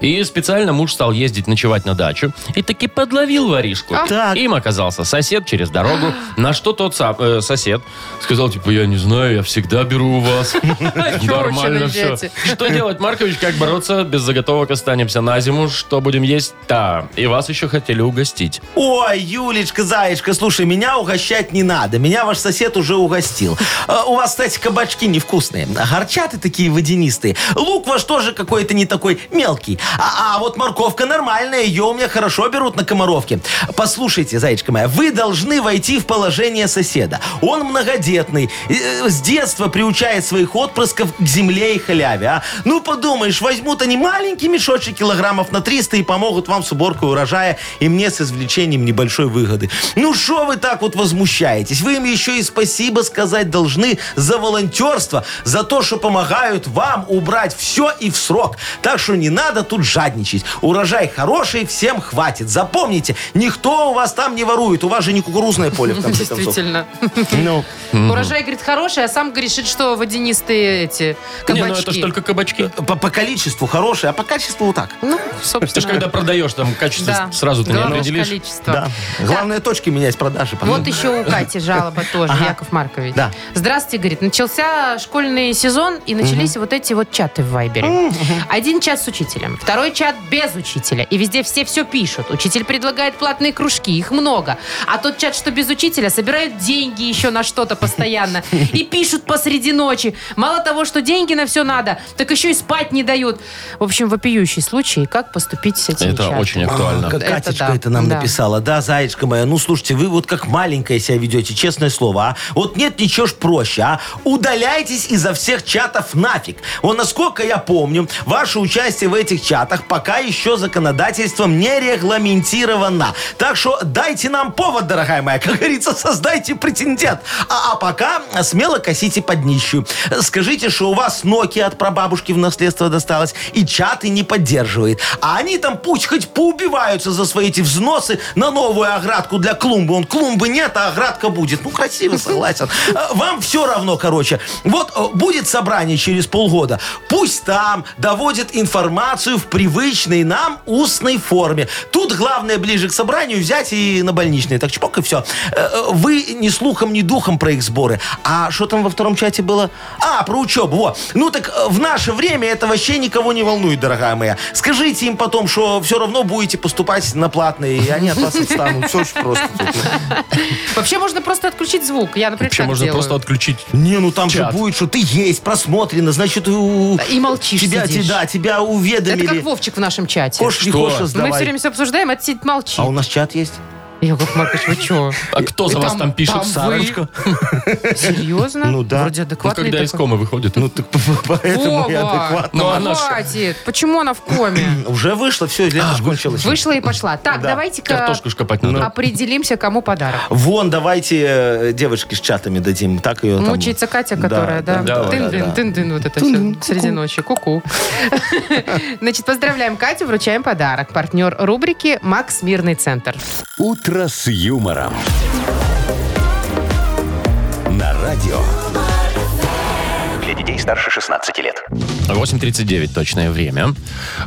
Speaker 2: И специально муж стал ездить ночевать на дачу и таки подловил воришку.
Speaker 4: Так.
Speaker 2: Им оказался сосед через дорогу, на что тот сам, э, сосед сказал, типа, я не знаю, я всегда беру у вас.
Speaker 3: А
Speaker 2: Нормально все.
Speaker 3: наезжаете?
Speaker 2: Что делать, Маркович, как бороться? Без заготовок останемся на зиму. Что будем есть? Да. И вас еще хотели угостить.
Speaker 4: Ой, Юлечка, Заечка, слушай, меня угощать не надо. Меня ваш сосед уже угостил. А, У вас, кстати, кабачки невкусные. а Горчаты такие водянистые. Лук ваш тоже какой-то не такой мелкий. А, а вот морковка нормальная, ее у меня хорошо берут на комаровке. Послушайте, зайчка моя, вы должны войти в положение соседа. Он многодетный, э, с детства приучает своих отпрысков к земле и халяве. а. Ну, подумаешь, возьмут они маленький мешочек килограммов на 300 и помогут вам с уборкой урожая и мне с извлечением небольшой выгоды. Ну, что вы так вот возмущаетесь? Вы им еще и спасибо сказать должны за волонтерство, за то, что помогают вам убрать все и в срок. Так что не надо тут жадничать. Урожай хороший, всем хватит. Запомните, никто у вас там не ворует. У вас же не кукурузное поле, в конце концов.
Speaker 3: Действительно.
Speaker 4: Ну,
Speaker 3: Урожай, говорит, хороший, а сам говорит, что водянистые эти
Speaker 2: Не, ну это
Speaker 3: кабачки.
Speaker 2: же только кабачки.
Speaker 4: по, по количеству хорошее, а по качеству вот так.
Speaker 3: Ну,
Speaker 2: Ты же
Speaker 3: собственно.
Speaker 2: когда продаешь там качество,
Speaker 3: Да.
Speaker 2: сразу ты не
Speaker 3: Главное
Speaker 2: определишь.
Speaker 3: количество.
Speaker 4: Да. Главное, точки менять продажи. потом.
Speaker 3: Вот еще у Кати жалоба тоже,
Speaker 4: Ага.
Speaker 3: Яков Маркович.
Speaker 4: Да.
Speaker 3: Здравствуйте, говорит. Начался школьный сезон, и начались вот эти вот чаты в Вайбере. Один чат с учителем, второй чат без учителя. И везде все все пишут. Учитель предлагает платные кружки, их много. А тот чат, что без учителя, собирают деньги еще на что-то постоянно. И пишут посреди ночи. Мало того, что деньги на все надо, так еще и спать не дают. В общем, вопиющий случай. Как поступить с этим
Speaker 2: Это
Speaker 3: чатом?
Speaker 2: очень
Speaker 4: А,
Speaker 2: актуально.
Speaker 4: Как
Speaker 3: Это
Speaker 4: Катечка
Speaker 3: да.
Speaker 4: это нам
Speaker 3: Да.
Speaker 4: написала. Да, зайчка моя, ну слушайте, вы вот как маленькая себя ведете, честное слово, а? Вот нет ничего ж проще, а? Удаляйтесь изо всех чатов нафиг. Вот насколько я помню, ваше участие в этих чатах пока еще законодательством не регламентировано. Так что дайте нам повод, дорогая моя, как говорится, создайте претендент. А, а пока смело косите под нищую. Скажите, что у вас Nokia от прабабушки в наследство досталось, и чаты не поддерживает. А они там пусть хоть поубиваются за свои эти взносы на новую оградку для клумбы. Он клумбы нет, а оградка будет. Ну, красиво, согласен. А, Вам все равно, короче. Вот э, будет собрание через полгода. Пусть там доводит информацию в привычной нам устной форме. Тут главное ближе к собранию взять и на больничные. Так чпок и все. Вы ни слухом, ни духом про их сборы. А что там во втором чате было? А, про учебу. Во. Ну так э, в наше время это вообще никого не волнует, дорогая моя. Скажите им потом, что все равно будете поступать на платные, и они от вас отстанут. Все очень просто. тут.
Speaker 3: Вообще можно просто отключить звук. Я, например,
Speaker 2: Вообще
Speaker 3: так
Speaker 2: можно
Speaker 3: делаю.
Speaker 2: просто отключить.
Speaker 4: Не, ну там
Speaker 2: Чат.
Speaker 4: же будет, что ты есть, просмотрено, значит, у-
Speaker 3: И молчишь,
Speaker 4: тебя,
Speaker 3: сидишь.
Speaker 4: тебя, тебя
Speaker 3: Это как
Speaker 4: уведомили.
Speaker 3: Вовчик в нашем чате.
Speaker 4: Кош не
Speaker 2: Что?
Speaker 4: хочешь
Speaker 3: Мы все
Speaker 4: сдавай.
Speaker 3: время все обсуждаем, а ты сидит молчи.
Speaker 4: А у нас чат есть?
Speaker 3: Яков Маркович, вы чего?
Speaker 2: А кто за
Speaker 3: И
Speaker 2: вас там пишет?
Speaker 3: там вы. Серьезно?
Speaker 4: Ну да.
Speaker 3: Вроде
Speaker 2: Ну,
Speaker 3: адекватный
Speaker 2: когда из
Speaker 3: такой.
Speaker 2: комы выходит.
Speaker 4: Ну так поэтому я
Speaker 3: Вова!
Speaker 4: адекватно.
Speaker 2: Ну, она ж-
Speaker 3: Хватит! Почему она в коме?
Speaker 4: Уже А, вышло, все, лето ж кончилось.
Speaker 3: Вышла и пошла. Так, давайте-ка
Speaker 2: Картошку ж копать
Speaker 3: А
Speaker 2: надо.
Speaker 3: определимся, кому подарок.
Speaker 4: Вон, давайте э, девочке с чатами дадим. Так ее там...
Speaker 3: Мучается Катя, которая, да,
Speaker 2: да, да,
Speaker 3: тын-дын,
Speaker 4: да.
Speaker 3: тын-дын, вот это все среди ночи, куку. Значит, поздравляем Катю, вручаем подарок. Партнер рубрики «Макс Мирный Центр».
Speaker 1: «Утро с юмором». На радио.
Speaker 8: Для детей старше 16 лет.
Speaker 2: А 8.39 точное время.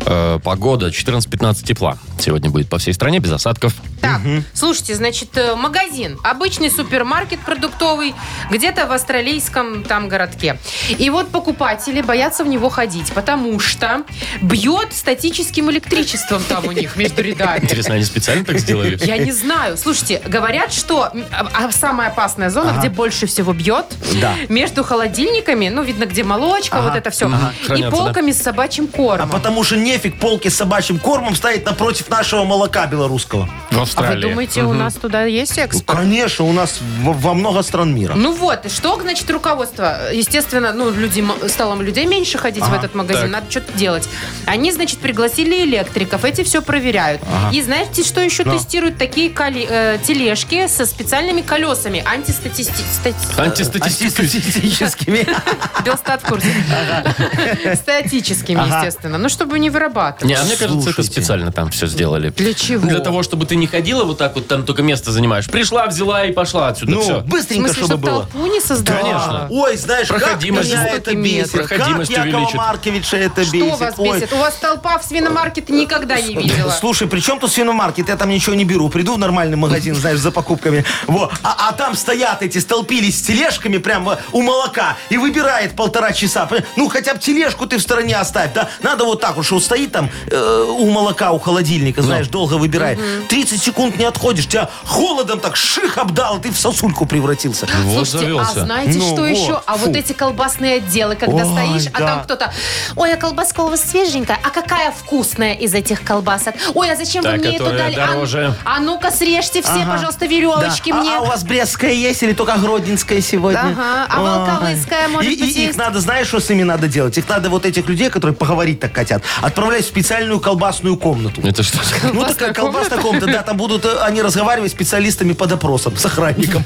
Speaker 2: Э, Погода 14-15 тепла. Сегодня будет по всей стране без осадков.
Speaker 3: Так, слушайте, значит, э, магазин. Обычный супермаркет продуктовый, где-то в австралийском там городке. И вот покупатели боятся в него ходить, потому что бьет статическим электричеством там у них между рядами.
Speaker 2: Интересно, они специально так сделали?
Speaker 3: Я не знаю. Слушайте, говорят, что м, а- а самая опасная зона, где больше всего бьет,
Speaker 4: Да.
Speaker 3: между холодильниками, ну, видно, где молочка, вот это все, и
Speaker 2: хранятся, да.
Speaker 3: полками с собачьим
Speaker 4: А
Speaker 3: кормом.
Speaker 4: потому что нефиг полки с собачьим кормом стоит напротив нашего молока белорусского.
Speaker 2: В
Speaker 3: А вы
Speaker 2: Австралии.
Speaker 3: думаете, у нас туда есть экспорт?
Speaker 4: Конечно, у нас во, во много стран мира.
Speaker 3: Ну вот, и что, значит, руководство? Естественно, ну, люди, м- стало людей меньше ходить в этот магазин,
Speaker 2: так.
Speaker 3: надо что-то делать. Они, значит, пригласили электриков, эти все проверяют. И знаете, что еще
Speaker 4: Ну.
Speaker 3: тестируют? Такие коли- э, тележки со специальными колесами, антистатистическими.
Speaker 2: Антистатистический.
Speaker 4: Антистатистическими.
Speaker 3: Белстат в курсе. Статическими, естественно. Ну, чтобы не вырабатывать.
Speaker 2: Не, а мне кажется, это
Speaker 4: Слушайте.
Speaker 2: специально там все сделали.
Speaker 3: Для чего?
Speaker 2: Для того, чтобы ты не ходила вот так вот, там только место занимаешь. Пришла, взяла и пошла отсюда.
Speaker 4: Ну,
Speaker 2: все.
Speaker 3: В
Speaker 4: быстренько,
Speaker 3: смысле,
Speaker 4: чтобы
Speaker 3: чтобы
Speaker 4: было.
Speaker 3: толпу не создала?
Speaker 2: Конечно.
Speaker 4: Ой, знаешь, как
Speaker 2: Проходимость.
Speaker 4: меня это
Speaker 3: Жестокий метр.
Speaker 4: бесит. Как
Speaker 2: Проходимость
Speaker 4: Якова
Speaker 2: увеличит.
Speaker 4: Марковича это
Speaker 3: Что
Speaker 4: бесит.
Speaker 3: вас
Speaker 4: Ой,
Speaker 3: бесит? У вас толпа в свиномаркете никогда не видела.
Speaker 4: Слушай, при чем тут свиномаркет? Я там ничего не беру. Приду в нормальный магазин, знаешь, за покупками. Во. А, а там стоят эти, столпились с тележками прямо у молока и выбирает полтора часа. Понимаешь? Ну, хотя бы тележку ты в стороне оставь, да? Надо вот так уж, вот стоит там э, у молока, у холодильника, знаешь, долго выбирает. 30 секунд не отходишь, тебя холодом так ших обдал, и ты в сосульку превратился.
Speaker 2: Вот
Speaker 3: Слушайте, а
Speaker 2: завелся.
Speaker 3: знаете,
Speaker 4: Ну
Speaker 3: что
Speaker 4: вот,
Speaker 3: еще? А
Speaker 4: фу.
Speaker 3: вот эти колбасные отделы, когда
Speaker 4: Ой,
Speaker 3: стоишь, а
Speaker 4: да.
Speaker 3: там кто-то, ой, а колбаска у вас свеженькая, а какая вкусная из этих колбасок? Ой, а зачем
Speaker 2: Та,
Speaker 3: вы мне эту
Speaker 2: которая
Speaker 3: дали? А-
Speaker 2: дороже.
Speaker 3: А, ну-ка срежьте все,
Speaker 4: Ага.
Speaker 3: пожалуйста, веревочки
Speaker 4: Да. А-
Speaker 3: мне.
Speaker 4: А, у вас брестская есть или только гродненская сегодня?
Speaker 3: Ага. А
Speaker 4: Ой.
Speaker 3: волковыцкая, может
Speaker 4: и, и
Speaker 3: быть,
Speaker 4: их
Speaker 3: есть?
Speaker 4: надо, знаешь, что с ними надо делать? Их надо вот этих людей, которые поговорить так хотят, отправлять в специальную колбасную комнату.
Speaker 2: Это что? за-
Speaker 4: Ну, такая колбасная комната, да, там будут э, они разговаривать с специалистами по допросам, с охранником.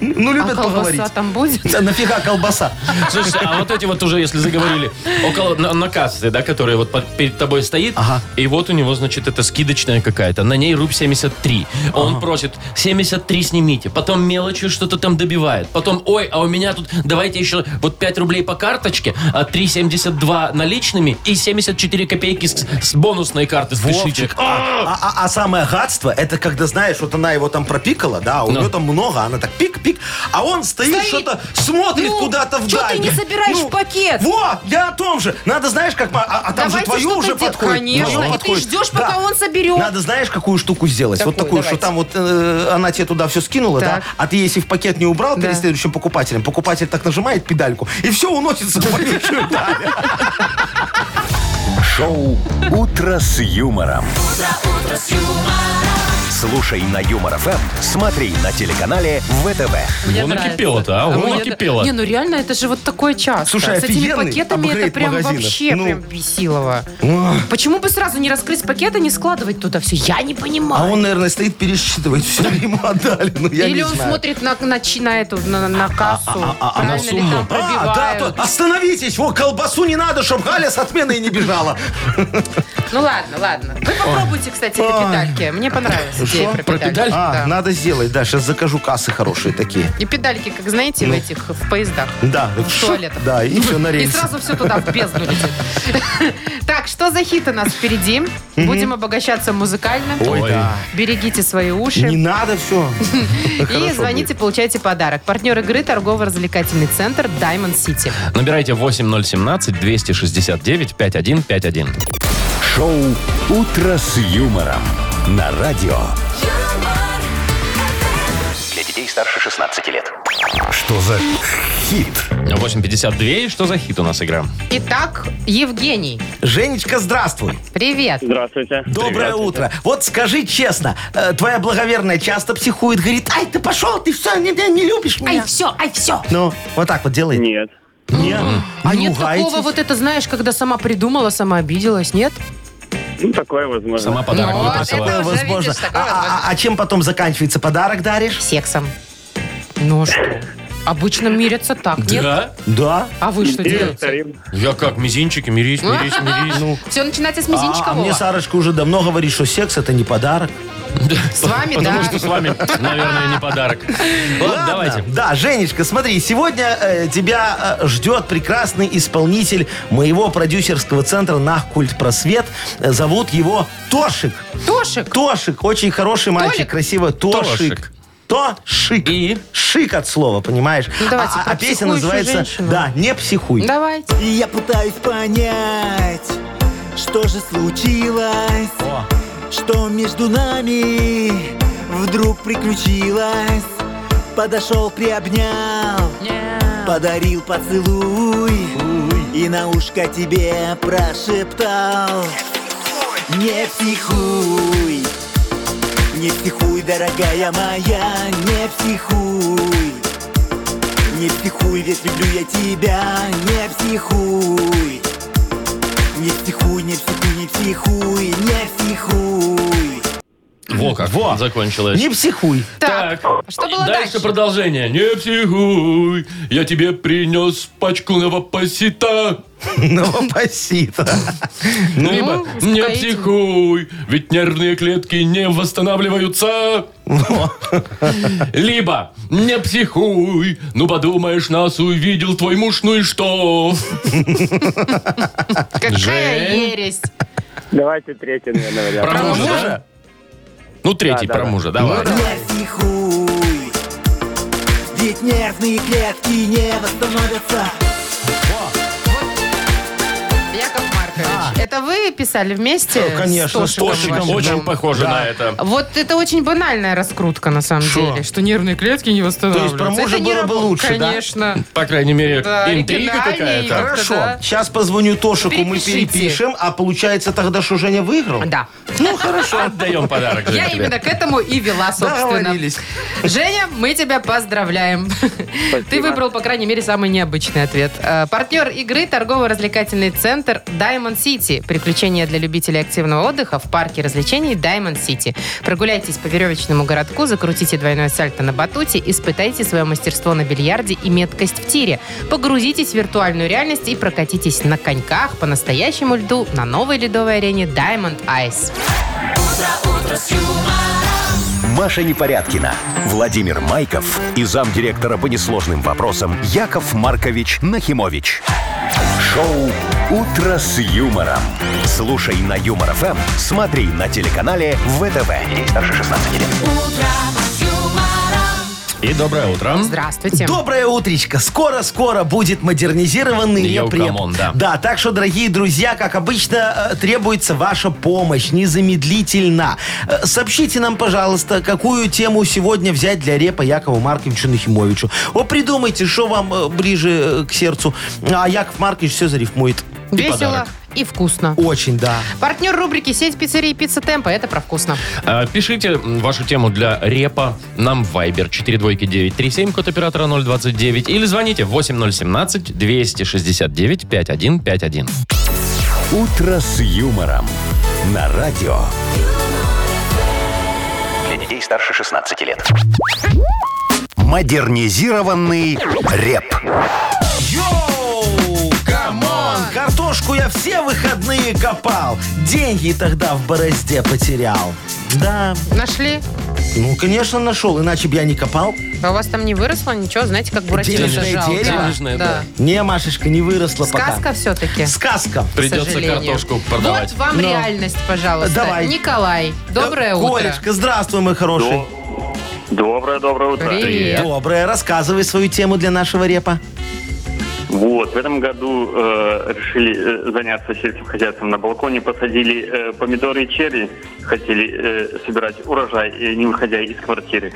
Speaker 4: Ну,
Speaker 3: А
Speaker 4: любят поговорить.
Speaker 3: колбаса там будет?
Speaker 4: Да Нафига колбаса?
Speaker 2: Слушайте, а вот эти вот уже, если заговорили, около на, на кассе, да, которая вот под- перед тобой стоит,
Speaker 4: Ага.
Speaker 2: и вот у него, значит, это скидочная какая-то, на ней руб 73. Он просит 73 снимите, потом мелочью что-то там добивает, потом, ой, а у меня тут, давайте еще вот 5 рублей по карточке, а 3,72 наличными и 74 копейки с, с бонусной карты, с кошелечек.
Speaker 4: Вовчик, А, а- а самое гадство, это когда, знаешь, вот она его там пропикала, да, а у
Speaker 2: Ну.
Speaker 4: нее там много, она так пик-пик, а он стоит,
Speaker 3: Стоит.
Speaker 4: что-то смотрит
Speaker 3: Ну,
Speaker 4: куда-то
Speaker 3: чё
Speaker 4: вдаль. Ну,
Speaker 3: ты не собираешь в пакет?
Speaker 4: Во, я о том же. Надо, знаешь, как... ма- А, а там же
Speaker 3: Давайте
Speaker 4: твою
Speaker 3: что-то
Speaker 4: уже
Speaker 3: дел-
Speaker 4: подходит.
Speaker 3: Конечно,
Speaker 4: твою
Speaker 3: и ты
Speaker 4: подходит.
Speaker 3: ждешь, пока он соберет.
Speaker 4: Надо, знаешь, какую штуку сделать? вот
Speaker 3: Какую?
Speaker 4: такую, что
Speaker 3: Давайте.
Speaker 4: там вот э, она тебе туда все скинула,
Speaker 3: Так.
Speaker 4: да, а ты если в пакет не убрал
Speaker 3: Да.
Speaker 4: перед следующим покупателем, покупатель так нажимает педальку, и все уносится в вонючую даль.
Speaker 1: Шоу «Утро с юмором». Слушай на Юмор ФМ, смотри на телеканале ВТВ.
Speaker 3: Мне
Speaker 2: Вон
Speaker 3: нравится.
Speaker 2: накипело-то, а? Вон
Speaker 3: мне-
Speaker 2: накипело.
Speaker 3: Не, ну реально, это же вот такое часто.
Speaker 4: Слушай,
Speaker 3: С этими
Speaker 4: офигенный
Speaker 3: пакетами это
Speaker 4: апгрейд
Speaker 3: прям
Speaker 4: магазина.
Speaker 3: вообще
Speaker 4: Ну.
Speaker 3: прям бесилово. Почему бы сразу не раскрыть пакет и не складывать туда все? Я не
Speaker 4: А
Speaker 3: понимаю.
Speaker 4: он, наверное, стоит пересчитывает, все ему отдали. Ну, я
Speaker 3: Или
Speaker 4: не
Speaker 3: он
Speaker 4: знаю.
Speaker 3: смотрит на, на, чи- на эту, на, на кассу,
Speaker 2: на
Speaker 3: правильно ли
Speaker 2: сумму.
Speaker 3: там пробивают.
Speaker 4: А, да, то- остановитесь, вот колбасу не надо, чтобы Галя с отменой не бежала.
Speaker 3: Ну ладно, ладно. Вы попробуйте, кстати, это
Speaker 4: Ой.
Speaker 3: педальки. Мне понравилась идея про, педальки.
Speaker 4: А,
Speaker 3: Да.
Speaker 4: надо сделать, да, сейчас закажу кассы хорошие такие.
Speaker 3: И педальки, как знаете, в этих, в поездах.
Speaker 4: Ну. Да,
Speaker 3: Ну, В туалетах.
Speaker 4: Да, и все на
Speaker 3: И
Speaker 4: рельсы.
Speaker 3: сразу все туда, в бездну летит. Так, что за хит у нас впереди? Будем обогащаться музыкально.
Speaker 4: Ой, да.
Speaker 3: Берегите свои уши.
Speaker 4: Не надо все.
Speaker 3: И звоните, получайте подарок. Партнер игры торгово-развлекательный центр Diamond City.
Speaker 2: Набирайте 8017-269-5151.
Speaker 1: Шоу «Утро с юмором» на радио.
Speaker 8: Для детей старше 16 лет.
Speaker 1: Что за хит?
Speaker 2: 8.52, и что за хит у нас игра?
Speaker 3: Итак, Евгений,
Speaker 4: Женечка, здравствуй.
Speaker 3: привет.
Speaker 7: Здравствуйте.
Speaker 4: Доброе утро. Вот скажи честно, э, твоя благоверная часто психует, говорит, ай, ты пошел, ты все, не, не- не любишь меня.
Speaker 3: все, ай, все.
Speaker 4: Ну, вот так вот делает.
Speaker 7: Нет.
Speaker 4: Нет. А не
Speaker 3: Нет такого
Speaker 4: ругаетесь?
Speaker 3: вот это, знаешь, когда сама придумала, сама обиделась, нет?
Speaker 7: Ну, такое возможно.
Speaker 2: Сама подарок
Speaker 3: Ну,
Speaker 2: выпросила.
Speaker 3: это-
Speaker 4: Такое
Speaker 3: Уже, видишь,
Speaker 4: возможно.
Speaker 3: такое
Speaker 4: А- А а чем потом заканчивается? Подарок даришь?
Speaker 3: Сексом. Ну а что? Обычно мирятся так, нет?
Speaker 2: Да?
Speaker 4: Да.
Speaker 3: А вы что
Speaker 7: И
Speaker 3: делаете?
Speaker 7: повторим.
Speaker 2: Я как, мизинчики, мирись,
Speaker 3: Ну,
Speaker 2: мирись, мирись.
Speaker 3: Все начинается с
Speaker 4: А,
Speaker 3: мизинчика,
Speaker 4: а мне
Speaker 3: Вова.
Speaker 4: Сарочка уже давно говорит, что секс это не подарок.
Speaker 3: С вами,
Speaker 2: Потому
Speaker 3: да.
Speaker 2: что с вами, наверное, не подарок. Ладно, давайте.
Speaker 4: Да, Женечка, смотри, сегодня э, тебя э, ждет прекрасный исполнитель моего продюсерского центра «Нах Культ Просвет». Э, зовут его Тошик.
Speaker 3: Тошек.
Speaker 4: Тошик, очень хороший мальчик,
Speaker 3: Толик?
Speaker 4: красиво.
Speaker 2: Тошик.
Speaker 4: Тошик. Тошик.
Speaker 2: И?
Speaker 4: Шик от слова, понимаешь?
Speaker 3: Ну, давайте
Speaker 4: а, а
Speaker 3: про
Speaker 4: песня
Speaker 3: психующую
Speaker 4: называется
Speaker 3: женщину.
Speaker 4: Да, не психуй.
Speaker 3: Давайте.
Speaker 9: И я пытаюсь понять, что же случилось,
Speaker 4: О.
Speaker 9: что между нами вдруг приключилось. Подошел, приобнял, подарил поцелуй и на ушко тебе прошептал. Не психуй, не психуй, дорогая моя, не психуй. Не психуй, ведь люблю я тебя, не психуй. Не психуй, не психуй, не психуй, не психуй.
Speaker 2: Во как,
Speaker 4: Во.
Speaker 2: закончилось.
Speaker 4: Не психуй.
Speaker 3: Так, а что было
Speaker 2: дальше
Speaker 3: дальше?
Speaker 2: продолжение. Не психуй, я тебе принес пачку новопосита.
Speaker 4: Ну, Новопосита.
Speaker 3: Ну?
Speaker 2: Либо не
Speaker 3: успокоительно.
Speaker 2: психуй, ведь нервные клетки не восстанавливаются.
Speaker 3: Ну?
Speaker 2: Либо не психуй, ну подумаешь, нас увидел твой муж, ну и что?
Speaker 3: Какая
Speaker 2: Жень.
Speaker 3: ересь.
Speaker 7: Давайте третий, наверное, вариант. А,
Speaker 2: Про мужа, да? Ну, третий
Speaker 7: Да, да,
Speaker 2: про
Speaker 7: да.
Speaker 2: мужа, давай.
Speaker 9: Не психуй. Ведь нервные клетки не восстановятся.
Speaker 3: Вот это вы писали вместе?
Speaker 4: Э, конечно,
Speaker 3: с Тошиком
Speaker 4: с Тошиком.
Speaker 3: вашим?
Speaker 2: Очень похоже на это.
Speaker 3: Вот это очень банальная раскрутка, на самом
Speaker 4: Шо?
Speaker 3: деле, что нервные клетки не восстанавливаются.
Speaker 4: про мужа
Speaker 3: Это не
Speaker 4: было бы
Speaker 3: работает.
Speaker 4: лучше, да?
Speaker 3: Конечно.
Speaker 2: По крайней мере,
Speaker 3: Да,
Speaker 2: интрига
Speaker 3: оригинальнее.
Speaker 2: какая-то.
Speaker 3: Как-то
Speaker 4: Хорошо,
Speaker 3: да.
Speaker 4: сейчас позвоню Тошику, мы
Speaker 3: Перепишите.
Speaker 4: перепишем, а получается тогда, что Женя выиграл?
Speaker 3: Да.
Speaker 4: Ну, хорошо.
Speaker 2: Отдаем подарок. Женя,
Speaker 3: Я
Speaker 2: тебе.
Speaker 3: именно к этому и вела, собственно.
Speaker 4: Договорились.
Speaker 3: Женя, мы тебя поздравляем. Ты выбрал, по крайней мере, самый необычный ответ. Э, Партнер игры – торгово-развлекательный центр Diamond City. Приключения для любителей активного отдыха в парке развлечений Diamond City. Прогуляйтесь по веревочному городку, закрутите двойное сальто на батуте, испытайте свое мастерство на бильярде и меткость в тире. Погрузитесь в виртуальную реальность и прокатитесь на коньках по настоящему льду на новой ледовой арене Diamond Ice.
Speaker 1: Маша Непорядкина, Владимир Майков и замдиректора по несложным вопросам Яков Маркович Нахимович. Шоу «Утро с юмором». Слушай на Юмор ФМ, смотри на телеканале ВТВ. Ей старше 16 лет.
Speaker 2: И доброе утро.
Speaker 3: Здравствуйте.
Speaker 4: Доброе утречко. Скоро-скоро будет модернизированный
Speaker 2: Йо,
Speaker 4: репреп.
Speaker 2: камон, да.
Speaker 4: так что, дорогие друзья, как обычно, э, требуется ваша помощь незамедлительно. Э, Сообщите нам, пожалуйста, какую тему сегодня взять для репа Якову Марковичу Нахимовичу. О, придумайте, что вам э, ближе э, к сердцу. А Яков Маркович все зарифмует.
Speaker 3: Весело
Speaker 2: подарок.
Speaker 3: и вкусно.
Speaker 4: Очень, да.
Speaker 3: Партнер рубрики «Сеть пиццерий Пицца Темпа» – это про вкусно.
Speaker 2: Э, Пишите вашу тему для репа нам в Viber 42937, код оператора 029, или звоните 8017-269-5151.
Speaker 1: «Утро с юмором» на радио.
Speaker 8: Для детей старше 16 лет.
Speaker 1: Модернизированный реп.
Speaker 4: Йоу, камон! Картошку я все выходные копал. Деньги тогда в борозде потерял. Да.
Speaker 3: Нашли?
Speaker 4: Ну, конечно, нашел, иначе бы я не копал.
Speaker 3: А у вас там не выросло ничего? Знаете, как Буратино
Speaker 4: Денежное
Speaker 3: сажал?
Speaker 4: дерево?
Speaker 2: Денежное, да.
Speaker 4: Не, Машечка, не выросла
Speaker 3: Сказка
Speaker 4: пока.
Speaker 3: все-таки.
Speaker 4: Сказка.
Speaker 2: Придется картошку продавать.
Speaker 3: Вот вам
Speaker 4: Но.
Speaker 3: реальность, пожалуйста.
Speaker 4: Ну. Давай.
Speaker 3: Николай, доброе
Speaker 4: Э,
Speaker 3: утро.
Speaker 4: Колечка, здравствуй, мой хороший.
Speaker 7: Доброе, доброе утро.
Speaker 3: Привет.
Speaker 4: Доброе. Рассказывай свою тему для нашего репа.
Speaker 7: Вот, в этом году э, решили э, заняться сельским хозяйством. На балконе посадили э, помидоры и черри. Хотели э, собирать урожай, э, не выходя из квартиры.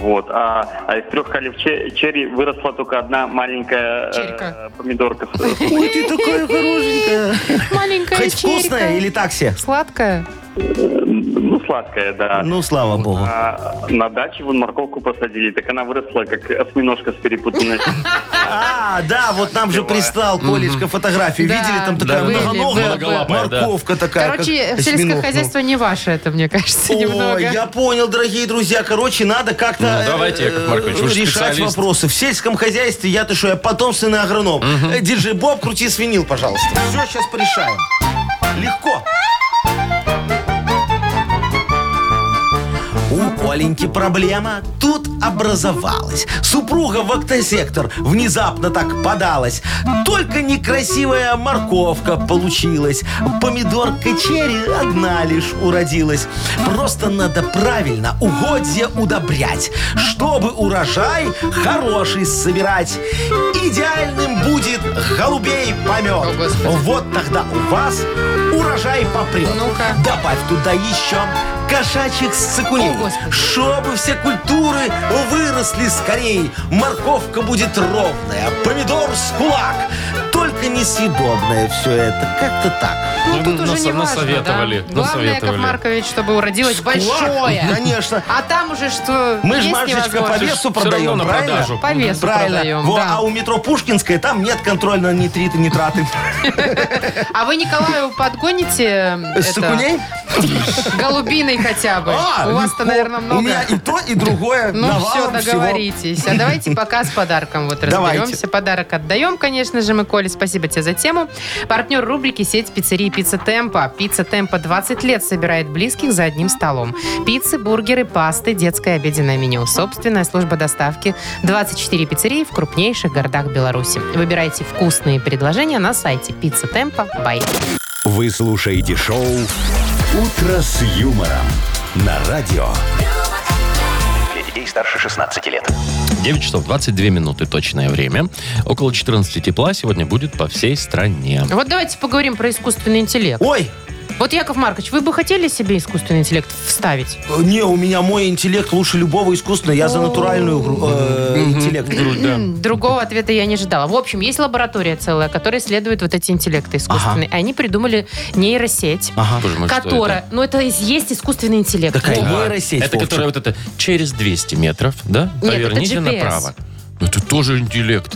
Speaker 7: Вот. А, а из трех колев че- черри выросла только одна маленькая э,
Speaker 3: Черика.
Speaker 7: помидорка. э,
Speaker 4: Ой, ты такая хорошенькая.
Speaker 3: Маленькая
Speaker 4: Хоть
Speaker 3: черика.
Speaker 4: вкусная или так себе?
Speaker 3: Сладкая?
Speaker 7: Ну, сладкая, да.
Speaker 4: Ну, слава богу.
Speaker 7: А на даче вон морковку посадили, так она выросла, как осьминожка с перепутанной.
Speaker 4: А, да, вот нам же прислал Колечка фотографию.
Speaker 3: Да,
Speaker 4: Видели, там такая
Speaker 2: да, да.
Speaker 4: многоногая
Speaker 2: Многолапая, да.
Speaker 4: морковка такая.
Speaker 3: Короче,
Speaker 4: как
Speaker 3: сельское
Speaker 4: осьминог. ну.
Speaker 3: хозяйство не ваше, это, мне кажется, немного.
Speaker 4: Ой, я понял, дорогие друзья. Короче, надо как-то
Speaker 2: Ну, давайте,
Speaker 4: э,
Speaker 2: Яков Маркович, вы же
Speaker 4: решать
Speaker 2: специалист.
Speaker 4: вопросы. В сельском хозяйстве я-то что, я потомственный агроном. Э, Диджей Боб, крути свинил, пожалуйста. Все, сейчас порешаем. Легко. У Коленьки проблема тут образовалась. Супруга в октосектор внезапно так подалась. Только некрасивая морковка получилась. Помидорка черри одна лишь уродилась. Просто надо правильно угодья удобрять, чтобы урожай хороший собирать. Идеальным будет голубей помет.
Speaker 3: О, Господи.
Speaker 4: вот тогда у вас урожай попрет.
Speaker 3: Ну-ка.
Speaker 4: Добавь туда еще кошачьих сыкуней,
Speaker 3: О, Господи.
Speaker 4: чтобы все культуры выросли скорей. Морковка будет ровная, помидор с кулак. Только несъедобное все это. Как-то так.
Speaker 3: Ну,
Speaker 2: Ну,
Speaker 3: тут уже
Speaker 2: нас-
Speaker 3: не важно,
Speaker 2: насоветовали,
Speaker 3: да? Главное, Яков
Speaker 2: насоветовали.
Speaker 3: Маркович, чтобы уродилось
Speaker 4: Кулак,
Speaker 3: большое.
Speaker 4: Конечно.
Speaker 3: А там уже что
Speaker 4: Мы же,
Speaker 3: есть
Speaker 4: Машечка, по
Speaker 3: невозможно.
Speaker 4: весу
Speaker 2: Всё равно
Speaker 4: продаем,
Speaker 2: на
Speaker 4: правильно?
Speaker 2: продажу.
Speaker 3: По весу
Speaker 4: Правильно.
Speaker 3: продаем,
Speaker 4: Во,
Speaker 3: да.
Speaker 4: А у метро Пушкинская там нет контрольно нитриты, нитраты.
Speaker 3: А вы Николаю подгоните э, это,
Speaker 4: Сыкуней?
Speaker 3: голубиной хотя бы?
Speaker 4: А,
Speaker 3: У вас-то,
Speaker 4: легко.
Speaker 3: наверное, много.
Speaker 4: У меня и то, и другое.
Speaker 3: Ну все,
Speaker 4: навалом всего.
Speaker 3: договоритесь. А давайте пока с подарком вот
Speaker 4: Давайте.
Speaker 3: разберемся. Подарок отдаем, конечно же, мы, Коле. Спасибо тебе за тему. Партнер рубрики «Сеть пиццерий Пицца Темпа». Пицца Темпа 20 лет собирает близких за одним столом. Пиццы, бургеры, пасты, детское обеденное меню. Собственная служба доставки. 24 пиццерии в крупнейших городах Беларуси. Выбирайте вкусные предложения на сайте «Пицца Темпа». Бай.
Speaker 1: Вы слушаете шоу «Утро с юмором» на радио.
Speaker 8: Для детей старше 16 лет.
Speaker 2: 9 часов 22 минуты точное время. Около 14 тепла сегодня будет по всей стране.
Speaker 3: Вот давайте поговорим про искусственный интеллект.
Speaker 4: Ой,
Speaker 3: Вот, Яков Маркович, вы бы хотели себе искусственный интеллект вставить?
Speaker 4: э, не, у меня мой интеллект лучше любого искусственного. Я за натуральную гру- э, интеллект.
Speaker 3: М, Другого ответа я не ожидала. В общем, есть лаборатория целая, которая исследует вот эти интеллекты искусственные. И они придумали нейросеть,
Speaker 4: Ага.
Speaker 2: Боже мой, что
Speaker 3: которая...
Speaker 2: это?
Speaker 3: Ну, это и есть искусственный интеллект. Ну,
Speaker 4: Такая
Speaker 3: Вот.
Speaker 4: нейросеть,
Speaker 2: Это
Speaker 4: Вовчик.
Speaker 2: которая вот это через 200 метров, да?
Speaker 3: Нет,
Speaker 2: Поверните
Speaker 3: это GPS.
Speaker 2: направо. Ну, Это тоже интеллект.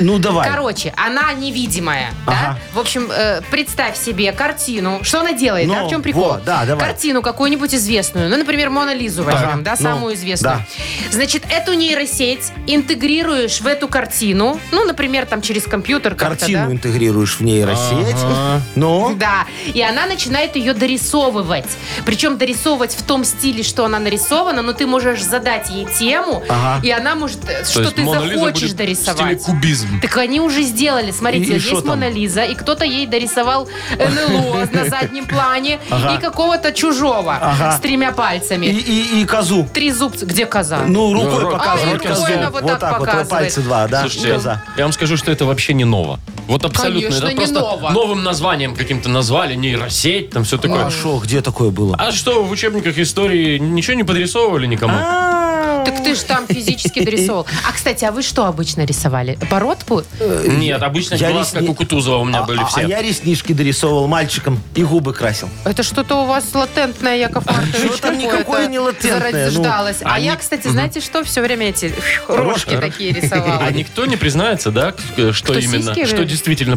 Speaker 4: Ну, давай.
Speaker 3: Короче, она невидимая,
Speaker 4: Ага.
Speaker 3: да? В общем, э, представь себе картину. Что она делает,
Speaker 4: Ну,
Speaker 3: да? В чем прикол?
Speaker 4: вот, да, давай.
Speaker 3: Картину какую-нибудь известную. Ну, например, Мона Лизу возьмем, да,
Speaker 4: ну,
Speaker 3: самую известную.
Speaker 4: да.
Speaker 3: Значит, эту нейросеть интегрируешь в эту картину. Ну, например, там через компьютер как-то,
Speaker 4: Картину
Speaker 3: да?
Speaker 4: интегрируешь в нейросеть. Ну,
Speaker 3: Да, и она начинает ее дорисовывать. Причем дорисовывать в том стиле, что она нарисована, но ты можешь задать ей тему,
Speaker 4: Ага.
Speaker 3: и она может, э, что
Speaker 2: есть
Speaker 3: ты
Speaker 2: Мона Лиза
Speaker 3: захочешь
Speaker 2: будет В стиле
Speaker 3: дорисовать.
Speaker 2: кубизм.
Speaker 3: Так они уже сделали. Смотрите,
Speaker 4: И- и что
Speaker 3: есть
Speaker 4: там?
Speaker 3: Мона Лиза, и кто-то ей дорисовал НЛО на заднем плане, и какого-то чужого
Speaker 4: Ага.
Speaker 3: с тремя
Speaker 4: и,
Speaker 3: пальцами.
Speaker 4: и- и козу.
Speaker 3: Три зубца. Где коза?
Speaker 4: Ну, рукой
Speaker 2: рукой.
Speaker 4: показывает
Speaker 3: А, и рукой
Speaker 4: козу.
Speaker 3: она вот так показывает.
Speaker 4: пальцы два, да,
Speaker 2: Слушайте,
Speaker 4: коза.
Speaker 2: я вам скажу, что это вообще не ново. Вот абсолютно.
Speaker 3: Конечно,
Speaker 2: это
Speaker 3: не
Speaker 2: просто
Speaker 3: ново.
Speaker 2: новым названием каким-то назвали, нейросеть, там все такое.
Speaker 4: А шо, где такое было?
Speaker 2: А что, в учебниках истории ничего не подрисовывали никому?
Speaker 4: А?
Speaker 3: А, Так ты же там физически дорисовал. А, кстати, а вы что обычно рисовали? Бородку?
Speaker 2: Нет, обычно
Speaker 4: Я
Speaker 2: глаз,
Speaker 4: ресни-
Speaker 2: как у Кутузова у меня
Speaker 4: А-
Speaker 2: были
Speaker 4: а-
Speaker 2: все.
Speaker 4: А я реснички дорисовывал мальчиком и губы красил.
Speaker 3: Это что-то у вас латентное, Яков Маркович.
Speaker 4: Что А там
Speaker 3: какое-то
Speaker 4: никакое не латентное, ну.
Speaker 3: зарождалось. А
Speaker 2: Они-
Speaker 3: я, кстати, знаете что? Все время эти рожки такие рисовала.
Speaker 2: А никто не признается, да, к- э, что
Speaker 3: Кто
Speaker 2: именно,
Speaker 3: сиськи?
Speaker 2: что действительно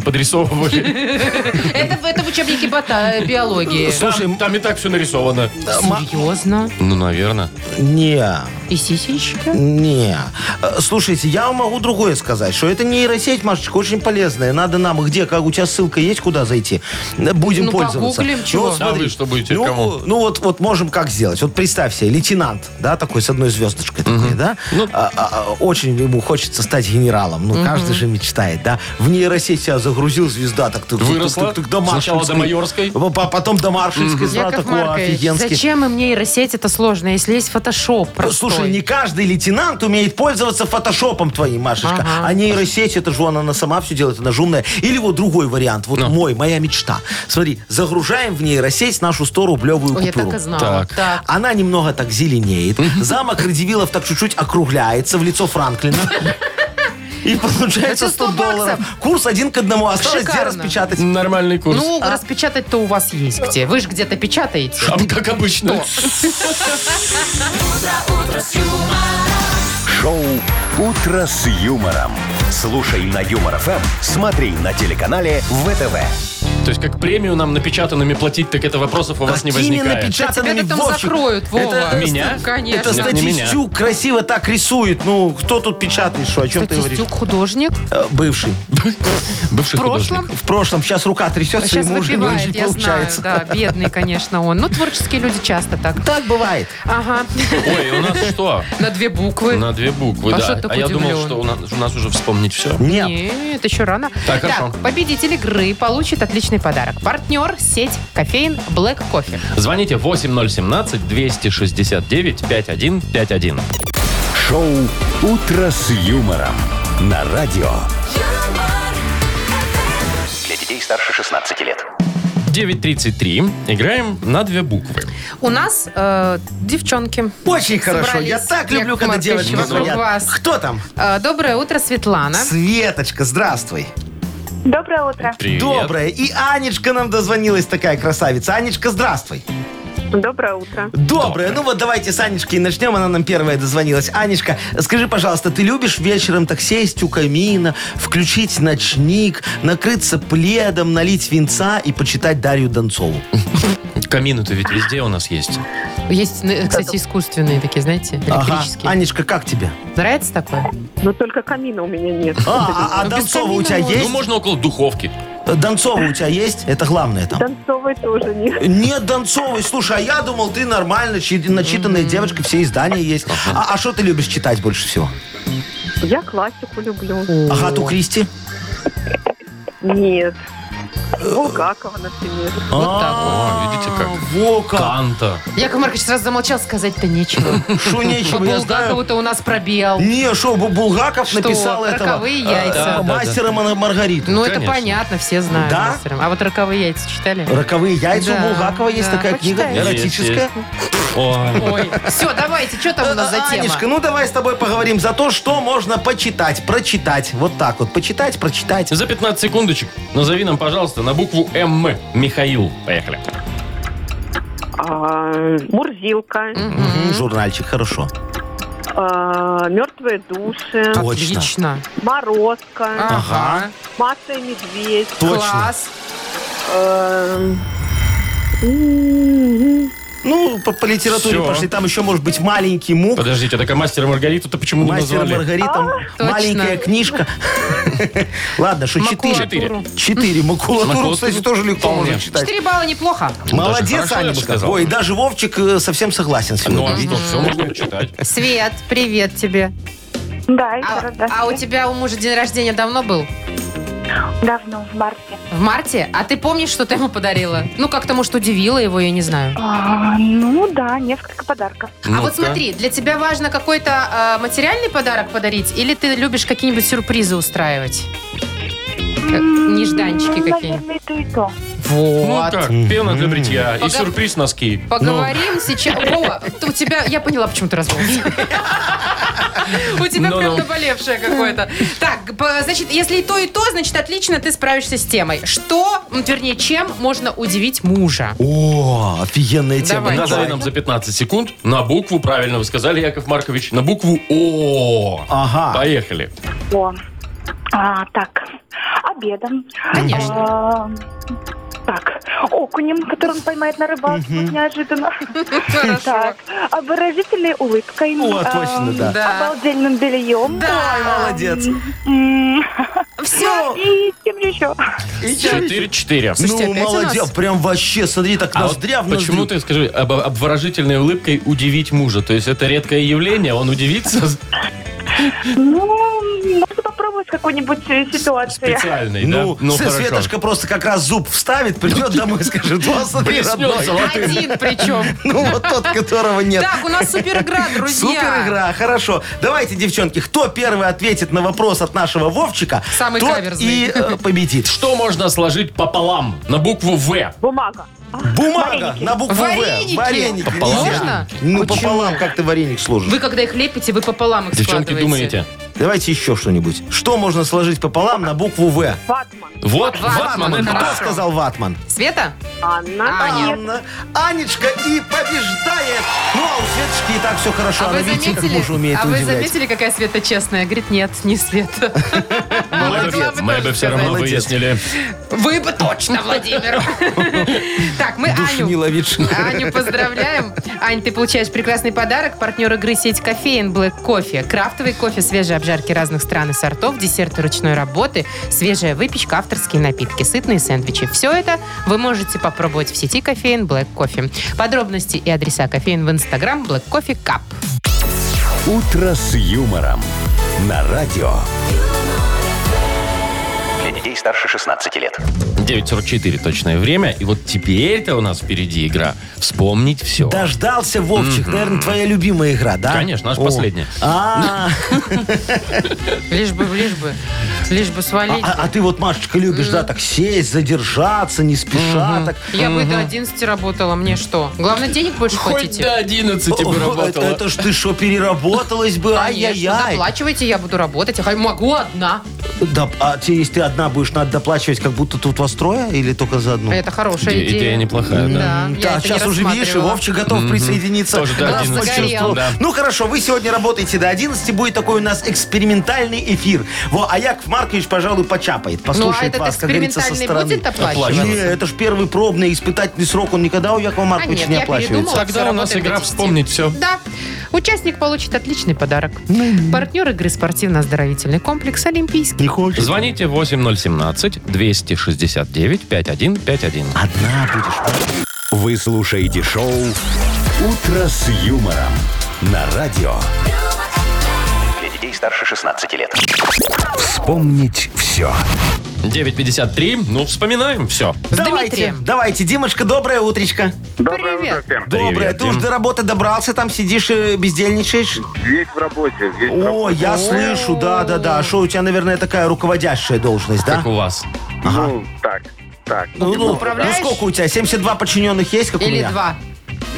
Speaker 2: подрисовывали?
Speaker 3: Это в- это в учебнике бота- э, биологии.
Speaker 2: Там там и так все нарисовано.
Speaker 3: Серьезно?
Speaker 2: Ну, наверное.
Speaker 4: Не,
Speaker 3: И сисечки?
Speaker 4: не. Э, Слушайте, я вам могу другое сказать, что это нейросеть, Машечка, очень полезная. Надо нам, где, как у тебя ссылка есть, куда зайти? Э, Будем
Speaker 3: Ну,
Speaker 4: пользоваться.
Speaker 3: погуглим,
Speaker 4: Ну,
Speaker 3: чего?
Speaker 4: вот
Speaker 2: А
Speaker 4: смотри.
Speaker 2: вы что будете,
Speaker 4: ну,
Speaker 2: кому?
Speaker 4: ну, вот, вот можем как сделать. Вот представь себе, лейтенант, да, такой с одной звездочкой такой, да?
Speaker 2: Ну,
Speaker 4: А- а- а, очень ему хочется стать генералом. Ну, каждый же мечтает, да? В нейросеть себя загрузил звезда, так ты
Speaker 2: Выросла? Сначала до майорской?
Speaker 4: Потом до маршальской, сразу
Speaker 3: Яков
Speaker 4: такой
Speaker 3: Маркович,
Speaker 4: офигенский. Э,
Speaker 3: зачем им нейросеть это сложно, если есть фотошоп простой?
Speaker 4: Слушай, не каждый лейтенант умеет пользоваться фотошопом твоим, Машечка.
Speaker 3: Ага.
Speaker 4: А нейросеть, это же она, она сама все делает, она же умная. Или вот другой вариант,
Speaker 3: Ну.
Speaker 4: вот мой, моя мечта. Смотри, загружаем в нейросеть нашу 100-рублевую
Speaker 3: Ой, я так
Speaker 4: купюру.
Speaker 3: и знала.
Speaker 2: Так.
Speaker 3: Так.
Speaker 4: Она немного так зеленеет. Замок Радивилов так чуть-чуть округляется в лицо Франклина. И получается
Speaker 3: Это 100
Speaker 4: 100 долларов. Курс один к одному. Осталось где
Speaker 3: Шикарно.
Speaker 4: распечатать.
Speaker 2: Нормальный курс.
Speaker 3: Ну,
Speaker 4: А-
Speaker 3: распечатать-то у вас есть где. Вы же где-то печатаете.
Speaker 2: А, как обычно.
Speaker 1: Шоу «Утро с юмором». Слушай на Юмор ФМ, смотри на телеканале ВТВ.
Speaker 2: То есть, как премию нам напечатанными платить, так это вопросов у вас не
Speaker 4: Какими
Speaker 2: возникает.
Speaker 3: Да
Speaker 4: напечатанными,
Speaker 3: тебя там
Speaker 4: Вовчик?
Speaker 3: закроют, Вова.
Speaker 4: Это-
Speaker 2: Меня?
Speaker 3: Конечно.
Speaker 4: Это
Speaker 2: Нет, не меня.
Speaker 4: статистюк красиво так рисует. Ну, кто тут печатает, что? О чем ты говоришь?
Speaker 3: Статистюк, художник.
Speaker 4: Э, Бывший.
Speaker 2: Бывший
Speaker 3: В
Speaker 2: художник.
Speaker 3: прошлом.
Speaker 4: В прошлом. Сейчас рука
Speaker 3: А
Speaker 4: трясется,
Speaker 3: Сейчас
Speaker 4: ему уже не
Speaker 3: выпивает,
Speaker 4: очень
Speaker 3: я знаю.
Speaker 4: получается.
Speaker 3: Да, бедный, конечно, он. Ну, творческие люди часто так.
Speaker 4: Так бывает.
Speaker 3: Ага.
Speaker 2: Ой, у нас что?
Speaker 3: На две буквы.
Speaker 2: На две буквы,
Speaker 3: А
Speaker 2: да.
Speaker 3: что ты
Speaker 2: А я думал,
Speaker 3: удивлен?
Speaker 2: что у нас, у нас уже вспомнить все.
Speaker 4: Нет.
Speaker 3: Нет, еще рано.
Speaker 2: Так, хорошо.
Speaker 3: победитель игры получит отличный подарок. Партнер, сеть, кофеин, Black Кофе.
Speaker 2: Звоните 8017-269-5151.
Speaker 1: Шоу «Утро с юмором» на радио.
Speaker 8: Для детей старше 16 лет.
Speaker 2: 9.33. Играем на две буквы.
Speaker 3: У нас э, девчонки.
Speaker 4: Очень хорошо. Я
Speaker 3: Собрались,
Speaker 4: так люблю,
Speaker 3: Яков
Speaker 4: когда
Speaker 3: Маркович,
Speaker 4: девочки
Speaker 3: вокруг
Speaker 4: звонят.
Speaker 3: вас. А?
Speaker 4: Кто там?
Speaker 3: Э, доброе утро, Светлана.
Speaker 4: Светочка, здравствуй.
Speaker 6: Доброе утро.
Speaker 2: Привет.
Speaker 4: Добрая. И Анечка нам дозвонилась, такая красавица. Анечка, здравствуй.
Speaker 6: Доброе утро.
Speaker 4: Добрая. Ну вот давайте с Анечкой и начнем. Она нам первая дозвонилась. Анечка, скажи, пожалуйста, ты любишь вечером так сесть у камина, включить ночник, накрыться пледом, налить винца и почитать Дарью Донцову?
Speaker 2: Камины-то ведь везде у нас есть.
Speaker 3: Есть, э, кстати, искусственные такие, знаете, электрические.
Speaker 4: Анечка, как тебе?
Speaker 3: Нравится такое?
Speaker 6: Но только камина у меня нет.
Speaker 4: А, а, а
Speaker 3: Ну, без
Speaker 4: Донцова у тебя
Speaker 3: камина
Speaker 2: Ну,
Speaker 4: есть?
Speaker 2: можно около духовки.
Speaker 4: Донцова у тебя есть? Это главное там.
Speaker 6: Танцовой тоже нет.
Speaker 4: Нет, Донцовой, слушай, а я думал, ты нормально, чи- начитанная девочка, все издания есть. А а что ты любишь читать больше всего?
Speaker 6: Я классику люблю.
Speaker 4: Агату Кристи?
Speaker 6: Нет. Булгакова, например.
Speaker 3: Вот так
Speaker 2: О, видите как?
Speaker 4: Во как.
Speaker 2: Канта.
Speaker 3: вот. Яков Маркович сразу замолчал, сказать-то нечего.
Speaker 4: Шо
Speaker 3: По
Speaker 4: нечего, я знаю.
Speaker 3: Булгакову-то у нас пробел.
Speaker 4: Не, шо, Бу- Булгаков
Speaker 3: Что,
Speaker 4: написал этого.
Speaker 3: «Роковые
Speaker 4: э,
Speaker 3: яйца».
Speaker 4: э, Мастера Мар- Маргариту.
Speaker 3: Ну, это
Speaker 2: конечно.
Speaker 3: понятно, все знают.
Speaker 4: Да?
Speaker 3: мастера. А вот «Роковые яйца» читали?
Speaker 4: Роковые яйца
Speaker 3: Да,
Speaker 4: у Булгакова есть
Speaker 3: да,
Speaker 4: такая книга
Speaker 3: почитай.
Speaker 4: эротическая.
Speaker 2: Есть, Ой.
Speaker 3: Ой, все, давайте, что там у нас за тема?
Speaker 4: Анечка, ну давай с тобой поговорим за то, что можно почитать, прочитать. Вот так вот, почитать, прочитать.
Speaker 2: За 15 секундочек назови нам, пожалуйста, на букву М. Михаил. Поехали.
Speaker 6: А, Мурзилка.
Speaker 4: Мгм, Журнальчик, хорошо.
Speaker 6: а, Мертвые души.
Speaker 3: А.
Speaker 4: Точно.
Speaker 3: Отлично.
Speaker 6: Морозка.
Speaker 3: Ага.
Speaker 6: Маша и медведь.
Speaker 4: Точно.
Speaker 3: Класс.
Speaker 6: эм, м, м,
Speaker 4: Ну, по, по литературе
Speaker 2: Всё.
Speaker 4: пошли. Там еще может быть маленький мук.
Speaker 2: Подождите, а такая мастера Маргариту-то почему не
Speaker 4: Мастер и
Speaker 2: ну, назвали?
Speaker 4: Маргарита.
Speaker 3: А, точно.
Speaker 4: маленькая книжка. Ладно, что четыре.
Speaker 2: Макулатуру.
Speaker 4: Четыре. Макулатуру,
Speaker 2: Макулатуру.
Speaker 4: кстати, тоже легко
Speaker 2: Вполне.
Speaker 4: можно читать.
Speaker 3: Четыре балла неплохо.
Speaker 4: Молодец,
Speaker 2: хорошо, я бы
Speaker 4: Анечка.
Speaker 2: сказал.
Speaker 4: Ой, даже Вовчик э, совсем согласен с
Speaker 2: Ну а
Speaker 4: ним.
Speaker 2: что, все можно почитать.
Speaker 3: Свет, привет тебе.
Speaker 10: Да, еще
Speaker 3: А,
Speaker 10: раз да.
Speaker 3: а у тебя у мужа день рождения давно был?
Speaker 10: Давно, в марте.
Speaker 3: В марте? А ты помнишь, что ты ему подарила? Ну, как-то, может, удивила его, я не знаю.
Speaker 10: А, ну да, несколько подарков.
Speaker 3: А вот
Speaker 2: Ну-ка.
Speaker 3: смотри, для тебя важно какой-то э, материальный подарок подарить, или ты любишь какие-нибудь сюрпризы устраивать? Э, Нежданчики
Speaker 10: Ну,
Speaker 3: какие-нибудь.
Speaker 10: Наверное, и то, и то.
Speaker 2: Ну
Speaker 3: Вот.
Speaker 2: как, пена для бритья и
Speaker 3: Пога-
Speaker 2: сюрприз носки.
Speaker 3: Поговорим сейчас. Вова, ты- у тебя... Я поняла, почему ты развелся. У тебя
Speaker 2: Ну-ну.
Speaker 3: прям наболевшее какое-то. Так, б- значит, если и то, и то, значит, отлично, ты справишься с темой. Что, м, вернее, чем можно удивить мужа?
Speaker 4: О, офигенная тема.
Speaker 3: Давай.
Speaker 2: Назови нам за 15 секунд на букву, правильно вы сказали, Яков Маркович, на букву О.
Speaker 4: Ага.
Speaker 2: Поехали.
Speaker 10: О. А, так, обедом.
Speaker 3: Конечно.
Speaker 10: А, так, окунем, который он поймает на рыбалке, вот неожиданно.
Speaker 3: Хорошо.
Speaker 10: Так, обворожительной улыбкой.
Speaker 4: О,
Speaker 10: а,
Speaker 4: Ну, точно, да.
Speaker 3: Да.
Speaker 10: Обалдельным бельем.
Speaker 3: Да.
Speaker 4: Молодец.
Speaker 10: М,
Speaker 3: Все.
Speaker 10: И с кем еще?
Speaker 2: 4-4.
Speaker 3: Слушайте,
Speaker 4: Ну,
Speaker 3: опять у нас?
Speaker 4: молодец, прям вообще, смотри, так
Speaker 2: А вот
Speaker 4: ноздря в
Speaker 2: почему
Speaker 4: ноздрю.
Speaker 2: ты, скажи, об- обворожительной улыбкой удивить мужа? То есть это редкое явление, он удивится
Speaker 10: Ну, можно попробовать какую-нибудь э, ситуацию.
Speaker 2: специальной, да? Ну,
Speaker 4: Ну, Све- Светочка просто как раз зуб вставит, придет домой и скажет, вот смотри,
Speaker 2: Приснется,
Speaker 4: родной».
Speaker 2: вот и-
Speaker 3: Один причем.
Speaker 4: Ну, вот тот, которого нет.
Speaker 3: Так, у нас супер игра, друзья.
Speaker 4: Супер игра, хорошо. Давайте, девчонки, кто первый ответит на вопрос от нашего Вовчика,
Speaker 3: Самый
Speaker 4: тот
Speaker 3: каверзный.
Speaker 4: и э, победит.
Speaker 2: Что можно сложить пополам на букву В?
Speaker 6: Бумага.
Speaker 4: Бумага на букву
Speaker 3: Вареники.
Speaker 4: В. Вареники.
Speaker 2: Пополам?
Speaker 4: нельзя.
Speaker 3: Можно?
Speaker 4: Ну,
Speaker 3: Почему?
Speaker 4: пополам, как ты вареник служишь.
Speaker 3: Вы, когда их лепите, вы пополам их
Speaker 2: Девчонки,
Speaker 3: складываете.
Speaker 2: думаете?
Speaker 4: Давайте еще что-нибудь. Что можно сложить пополам на букву В?
Speaker 6: Ватман.
Speaker 2: Вот,
Speaker 3: Ватман,
Speaker 2: ватман. это
Speaker 4: Кто
Speaker 3: хорошо.
Speaker 4: сказал ватман?
Speaker 3: Света? А,
Speaker 6: Анна.
Speaker 3: Аня.
Speaker 4: Анна. Анечка и побеждает. Ну, а у Светочки и так все хорошо.
Speaker 3: А
Speaker 4: Она,
Speaker 3: вы
Speaker 4: видите, как
Speaker 3: заметили,
Speaker 4: муж умеет
Speaker 3: а вы
Speaker 4: удивлять.
Speaker 3: заметили, какая Света честная? Говорит, нет, не Света.
Speaker 2: Мы
Speaker 3: Могла
Speaker 2: бы-
Speaker 3: бы
Speaker 2: Мы
Speaker 3: тоже
Speaker 2: бы все равно
Speaker 4: сказать.
Speaker 2: выяснили.
Speaker 3: Вы бы точно, Владимир. Так, мы
Speaker 4: Душу не
Speaker 3: Аню.
Speaker 4: ловишь.
Speaker 3: Аню поздравляем. Ань, ты получаешь прекрасный подарок. Партнер игры сеть кофеин Black Кофе. Крафтовый кофе, свежие обжарки разных стран и сортов, десерты ручной работы, свежая выпечка, авторские напитки, сытные сэндвичи. Все это вы можете попробовать в сети кофеин Black Кофе. Подробности и адреса кофеин в инстаграм Black Кофе Cup.
Speaker 1: «Утро с юмором» на радио.
Speaker 8: Для детей старше 16 лет.
Speaker 2: 9.44 точное время. И вот теперь-то у нас впереди игра. Вспомнить все.
Speaker 4: Дождался Вовчик, наверное, твоя любимая игра, да?
Speaker 2: Конечно, наша
Speaker 4: О.
Speaker 2: последняя.
Speaker 4: А,
Speaker 3: Лишь бы, лишь бы, лишь бы
Speaker 4: а-
Speaker 3: свалить.
Speaker 4: а а ты вот, Машечка, любишь, да, так сесть, задержаться, не спеша, так.
Speaker 3: Я бы до 11 работала, мне что? Главное, денег больше
Speaker 2: Хоть
Speaker 3: хотите?
Speaker 2: до 11 бы
Speaker 4: О,
Speaker 2: работала.
Speaker 4: Это, это ж ты что, переработалась бы?
Speaker 3: Конечно,
Speaker 4: Ай-яй-яй.
Speaker 3: доплачивайте, я буду работать. Я могу одна.
Speaker 4: Да, а тебе, если ты одна будешь, надо доплачивать, как будто тут вас трое или только за одну?
Speaker 3: Это хорошая
Speaker 2: Иде-
Speaker 3: идея.
Speaker 2: идея неплохая, да.
Speaker 3: я
Speaker 4: Да,
Speaker 3: это не
Speaker 4: сейчас а уже видишь, и
Speaker 3: рассматривала.
Speaker 4: Вовчик готов присоединиться.
Speaker 2: Тоже до
Speaker 4: Раз
Speaker 2: 11
Speaker 4: почувствовал.
Speaker 2: часов, да.
Speaker 4: Ну хорошо, вы сегодня работаете до 11, будет такой у нас экспериментальный эфир. Во, а Яков Маркович, пожалуй, почапает,
Speaker 3: Ну, а
Speaker 4: послушает
Speaker 3: этот
Speaker 4: вас, как говорится, со
Speaker 3: экспериментальный
Speaker 4: стороны.
Speaker 3: будет оплачивать?
Speaker 4: Не, это ж первый пробный испытательный срок, он никогда у Якова Марковича
Speaker 3: А нет,
Speaker 4: не
Speaker 3: я
Speaker 4: оплачивается.
Speaker 3: передумала.
Speaker 2: Тогда у нас
Speaker 3: Заработаем
Speaker 2: игра
Speaker 3: до 10.
Speaker 2: «Вспомнить все».
Speaker 3: Да. Участник получит отличный подарок.
Speaker 4: Ну,
Speaker 3: Партнер игры спортивно-оздоровительный комплекс «Олимпийский».
Speaker 4: Не хочешь?
Speaker 2: Звоните 8017-269-5151.
Speaker 4: Одна будешь.
Speaker 1: Вы слушаете шоу «Утро с юмором» на радио.
Speaker 8: Для детей старше 16 лет.
Speaker 1: Вспомнить все.
Speaker 2: 9.53. Ну, вспоминаем. Все.
Speaker 3: С
Speaker 4: Давайте,
Speaker 3: Дмитрием.
Speaker 4: давайте, Димочка, доброе утречко.
Speaker 5: Доброе
Speaker 3: Привет.
Speaker 5: утро всем.
Speaker 4: Доброе.
Speaker 2: Привет,
Speaker 4: Ты уж
Speaker 2: Дим.
Speaker 4: до работы добрался, там сидишь и бездельничаешь?
Speaker 5: Здесь в работе. Здесь в
Speaker 4: О,
Speaker 5: работе.
Speaker 4: я слышу, да-да-да. А Что у тебя, наверное, такая руководящая должность, да?
Speaker 2: Как у вас.
Speaker 5: Ну, так, так.
Speaker 4: Ну, ну, ну,
Speaker 3: Управляешь?
Speaker 4: сколько у тебя? 72 подчиненных есть, как у
Speaker 3: Или
Speaker 4: меня?
Speaker 3: два.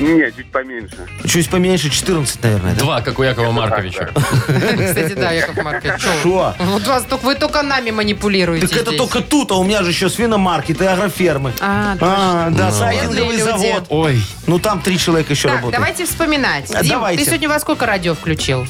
Speaker 5: Нет, чуть поменьше.
Speaker 4: Чуть поменьше, 14, наверное, да?
Speaker 2: Два, как у Якова Марковича.
Speaker 3: Кстати, да, Яков Маркович. чё вы?
Speaker 4: Что?
Speaker 3: Вот вас только вы только нами манипулируете.
Speaker 4: Так это
Speaker 3: здесь.
Speaker 4: только тут, а у меня же еще свиномаркет и агрофермы.
Speaker 3: А,
Speaker 4: А, да,
Speaker 3: Бедные
Speaker 4: сайдинговый
Speaker 3: люди.
Speaker 4: завод.
Speaker 2: Ой.
Speaker 4: Ну, там три человека еще
Speaker 3: Так,
Speaker 4: работают.
Speaker 3: давайте вспоминать.
Speaker 4: А,
Speaker 3: Дим,
Speaker 4: давайте.
Speaker 3: ты сегодня во сколько радио включил?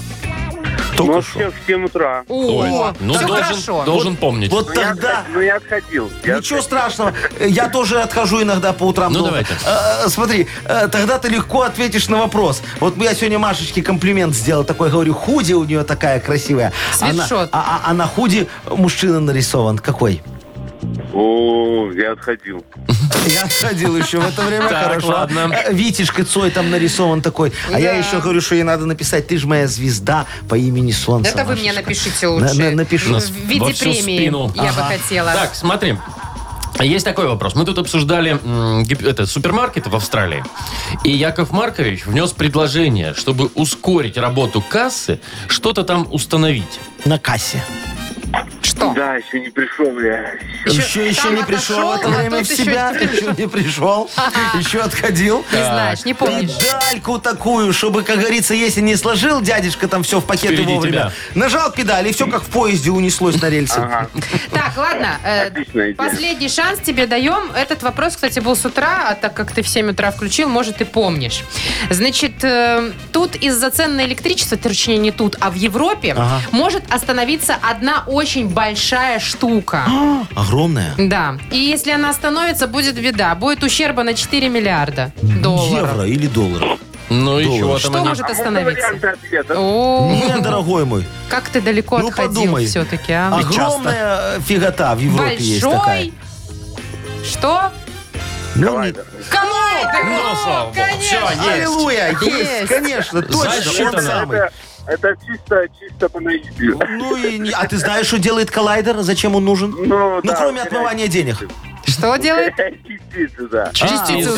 Speaker 4: Только
Speaker 5: ну,
Speaker 4: что.
Speaker 5: все в 7 утра.
Speaker 3: О,
Speaker 2: Ну,
Speaker 3: все
Speaker 2: должен,
Speaker 3: хорошо.
Speaker 2: должен помнить.
Speaker 4: Вот
Speaker 5: Ну, я
Speaker 4: тогда...
Speaker 5: отходил, Ну, я отходил. Я
Speaker 4: Ничего страшного. Я тоже отхожу иногда по утрам.
Speaker 2: Ну,
Speaker 4: долго.
Speaker 2: давайте.
Speaker 4: Э, Смотри, э, тогда ты легко ответишь на вопрос. Вот я сегодня Машечке комплимент сделал такой, говорю, худи у нее такая красивая. Она-
Speaker 3: Свитшот.
Speaker 4: А а- а на худи мужчина нарисован. Какой?
Speaker 5: О, я отходил.
Speaker 4: Я сходил еще в это время,
Speaker 2: Так,
Speaker 4: хорошо.
Speaker 2: ладно.
Speaker 4: Э, Витишка Цой там нарисован такой. А я
Speaker 3: Да.
Speaker 4: еще говорю, что ей надо написать, ты же моя звезда по имени Солнце.
Speaker 3: Это вы мне
Speaker 4: Машечка».
Speaker 3: напишите
Speaker 4: На- на-
Speaker 3: лучше.
Speaker 4: напиши.
Speaker 2: Ну.
Speaker 3: В виде
Speaker 2: Во всю
Speaker 3: премии
Speaker 2: спину.
Speaker 3: я бы
Speaker 4: Ага.
Speaker 3: хотела.
Speaker 2: Так, смотри. Есть такой вопрос. Мы тут обсуждали м, гип- это, супермаркеты в Австралии. И Яков Маркович внес предложение, чтобы ускорить работу кассы, что-то там установить.
Speaker 4: На кассе.
Speaker 3: Что?
Speaker 5: Да, еще не пришел я.
Speaker 3: Ещё-
Speaker 4: Еще, еще
Speaker 3: там
Speaker 4: не
Speaker 3: отошел,
Speaker 4: пришел в это
Speaker 3: а
Speaker 4: время
Speaker 3: тут
Speaker 4: в
Speaker 3: еще
Speaker 4: себя,
Speaker 3: не пришел.
Speaker 4: еще не пришел, еще отходил.
Speaker 3: Не знаешь, не помнишь.
Speaker 4: Педальку такую, чтобы, как говорится, если не сложил дядюшка там все в пакеты
Speaker 2: Впереди
Speaker 4: вовремя,
Speaker 2: тебя.
Speaker 4: нажал педаль, и все как в поезде унеслось на рельсы.
Speaker 5: Ага.
Speaker 3: Так, ладно. э,
Speaker 5: Отличная идея.
Speaker 3: Последний шанс тебе даем. Этот вопрос, кстати, был с утра, а так как ты в 7 утра включил, может, ты помнишь. Значит, э, тут из-за цен на электричество, точнее, не тут, а в Европе,
Speaker 4: Ага.
Speaker 3: может остановиться одна очень большая штука.
Speaker 4: А? Огромная.
Speaker 3: Да. И если она остановится, будет беда. Будет ущерба на 4 миллиарда долларов.
Speaker 4: Евро или доллар?
Speaker 2: Ну и
Speaker 4: Доллар.
Speaker 2: чего
Speaker 3: Что
Speaker 2: там она-
Speaker 3: может остановиться?
Speaker 5: А Варианты ответа.
Speaker 4: Не,
Speaker 3: О,
Speaker 4: дорогой мой.
Speaker 3: как ты далеко
Speaker 4: Ну,
Speaker 3: отходил
Speaker 4: подумай.
Speaker 3: все-таки, а?
Speaker 4: Огромная фигота в Европе есть такая.
Speaker 3: Большой? Что?
Speaker 4: Ну, не-
Speaker 5: Коллайдер.
Speaker 3: Коллайдер!
Speaker 2: Ну, слава богу.
Speaker 3: конечно.
Speaker 2: Всё, есть.
Speaker 4: Аллилуйя, есть,
Speaker 3: Есть.
Speaker 4: конечно, точно
Speaker 2: Засчитано.
Speaker 4: он самый.
Speaker 5: Это, это чисто, чисто по наитию.
Speaker 4: Ну и не- а ты знаешь, что делает коллайдер? Зачем он нужен?
Speaker 5: Ну, да,
Speaker 4: кроме
Speaker 5: теряет
Speaker 4: отмывания денег.
Speaker 3: Что делает?
Speaker 5: Частицы, да.
Speaker 3: Частицы
Speaker 2: А,
Speaker 3: ускоряет.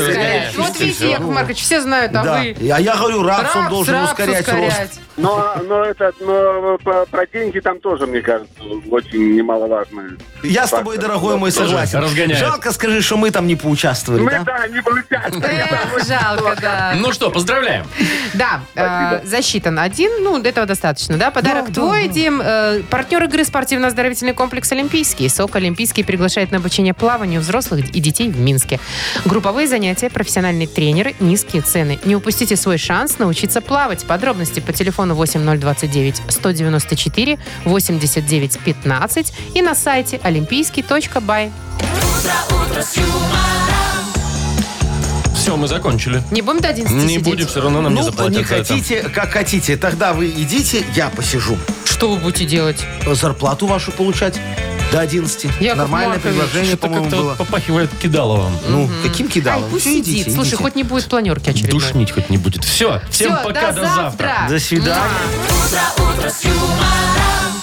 Speaker 2: ускоряет.
Speaker 3: Вот
Speaker 2: Частицы,
Speaker 3: видите, Яков Маркович, все знают, а
Speaker 4: ну, да.
Speaker 3: вы...
Speaker 4: А я говорю, рапс, он
Speaker 3: Рапс,
Speaker 4: должен
Speaker 3: рапс
Speaker 4: ускорять рост.
Speaker 3: ускорять.
Speaker 5: Но, но, этот, но про, про деньги там тоже, мне кажется, очень немаловажно.
Speaker 4: Я с тобой, дорогой мой,
Speaker 2: Тоже
Speaker 4: согласен.
Speaker 2: разгоняет.
Speaker 4: Жалко, скажи, что мы там не поучаствовали,
Speaker 5: Мы,
Speaker 4: да?
Speaker 5: да, не получается.
Speaker 3: Эх, жалко, да.
Speaker 2: Ну что, поздравляем.
Speaker 3: Да, э, засчитан один, ну, этого достаточно, да? Подарок твой, Дим. Э, партнер игры спортивно-оздоровительный комплекс «Олимпийский». СОК «Олимпийский» приглашает на обучение плаванию взрослых и детей в Минске. Групповые занятия, профессиональные тренеры, низкие цены. Не упустите свой шанс научиться плавать. Подробности по телефону 8029 194 89 15 и на сайте олимпийский.бай.
Speaker 2: Все, мы закончили.
Speaker 3: Не будем до 11
Speaker 2: Не
Speaker 3: сидеть?
Speaker 2: будем, все равно нам не
Speaker 4: Ну,
Speaker 2: заплатят
Speaker 4: не
Speaker 2: за это.
Speaker 4: хотите, как хотите. Тогда вы идите, я посижу.
Speaker 3: Что вы будете делать?
Speaker 4: Зарплату вашу получать до 11.
Speaker 3: Яков
Speaker 4: Нормальное
Speaker 3: Маркович,
Speaker 4: предложение,
Speaker 2: Что-то
Speaker 4: по-моему,
Speaker 2: как-то
Speaker 4: было.
Speaker 2: вот попахивает кидаловым.
Speaker 4: Ну, каким кидалом?
Speaker 3: Ай, пусть
Speaker 4: Всё,
Speaker 3: сидит.
Speaker 4: идите,
Speaker 3: Слушай,
Speaker 4: идите.
Speaker 3: хоть не будет планерки очередной.
Speaker 2: Душнить хоть не будет. Все, всем
Speaker 3: Всё,
Speaker 2: пока,
Speaker 3: до
Speaker 4: Ну,
Speaker 3: завтра.
Speaker 4: До свидания.
Speaker 11: Утро, утро с юмором.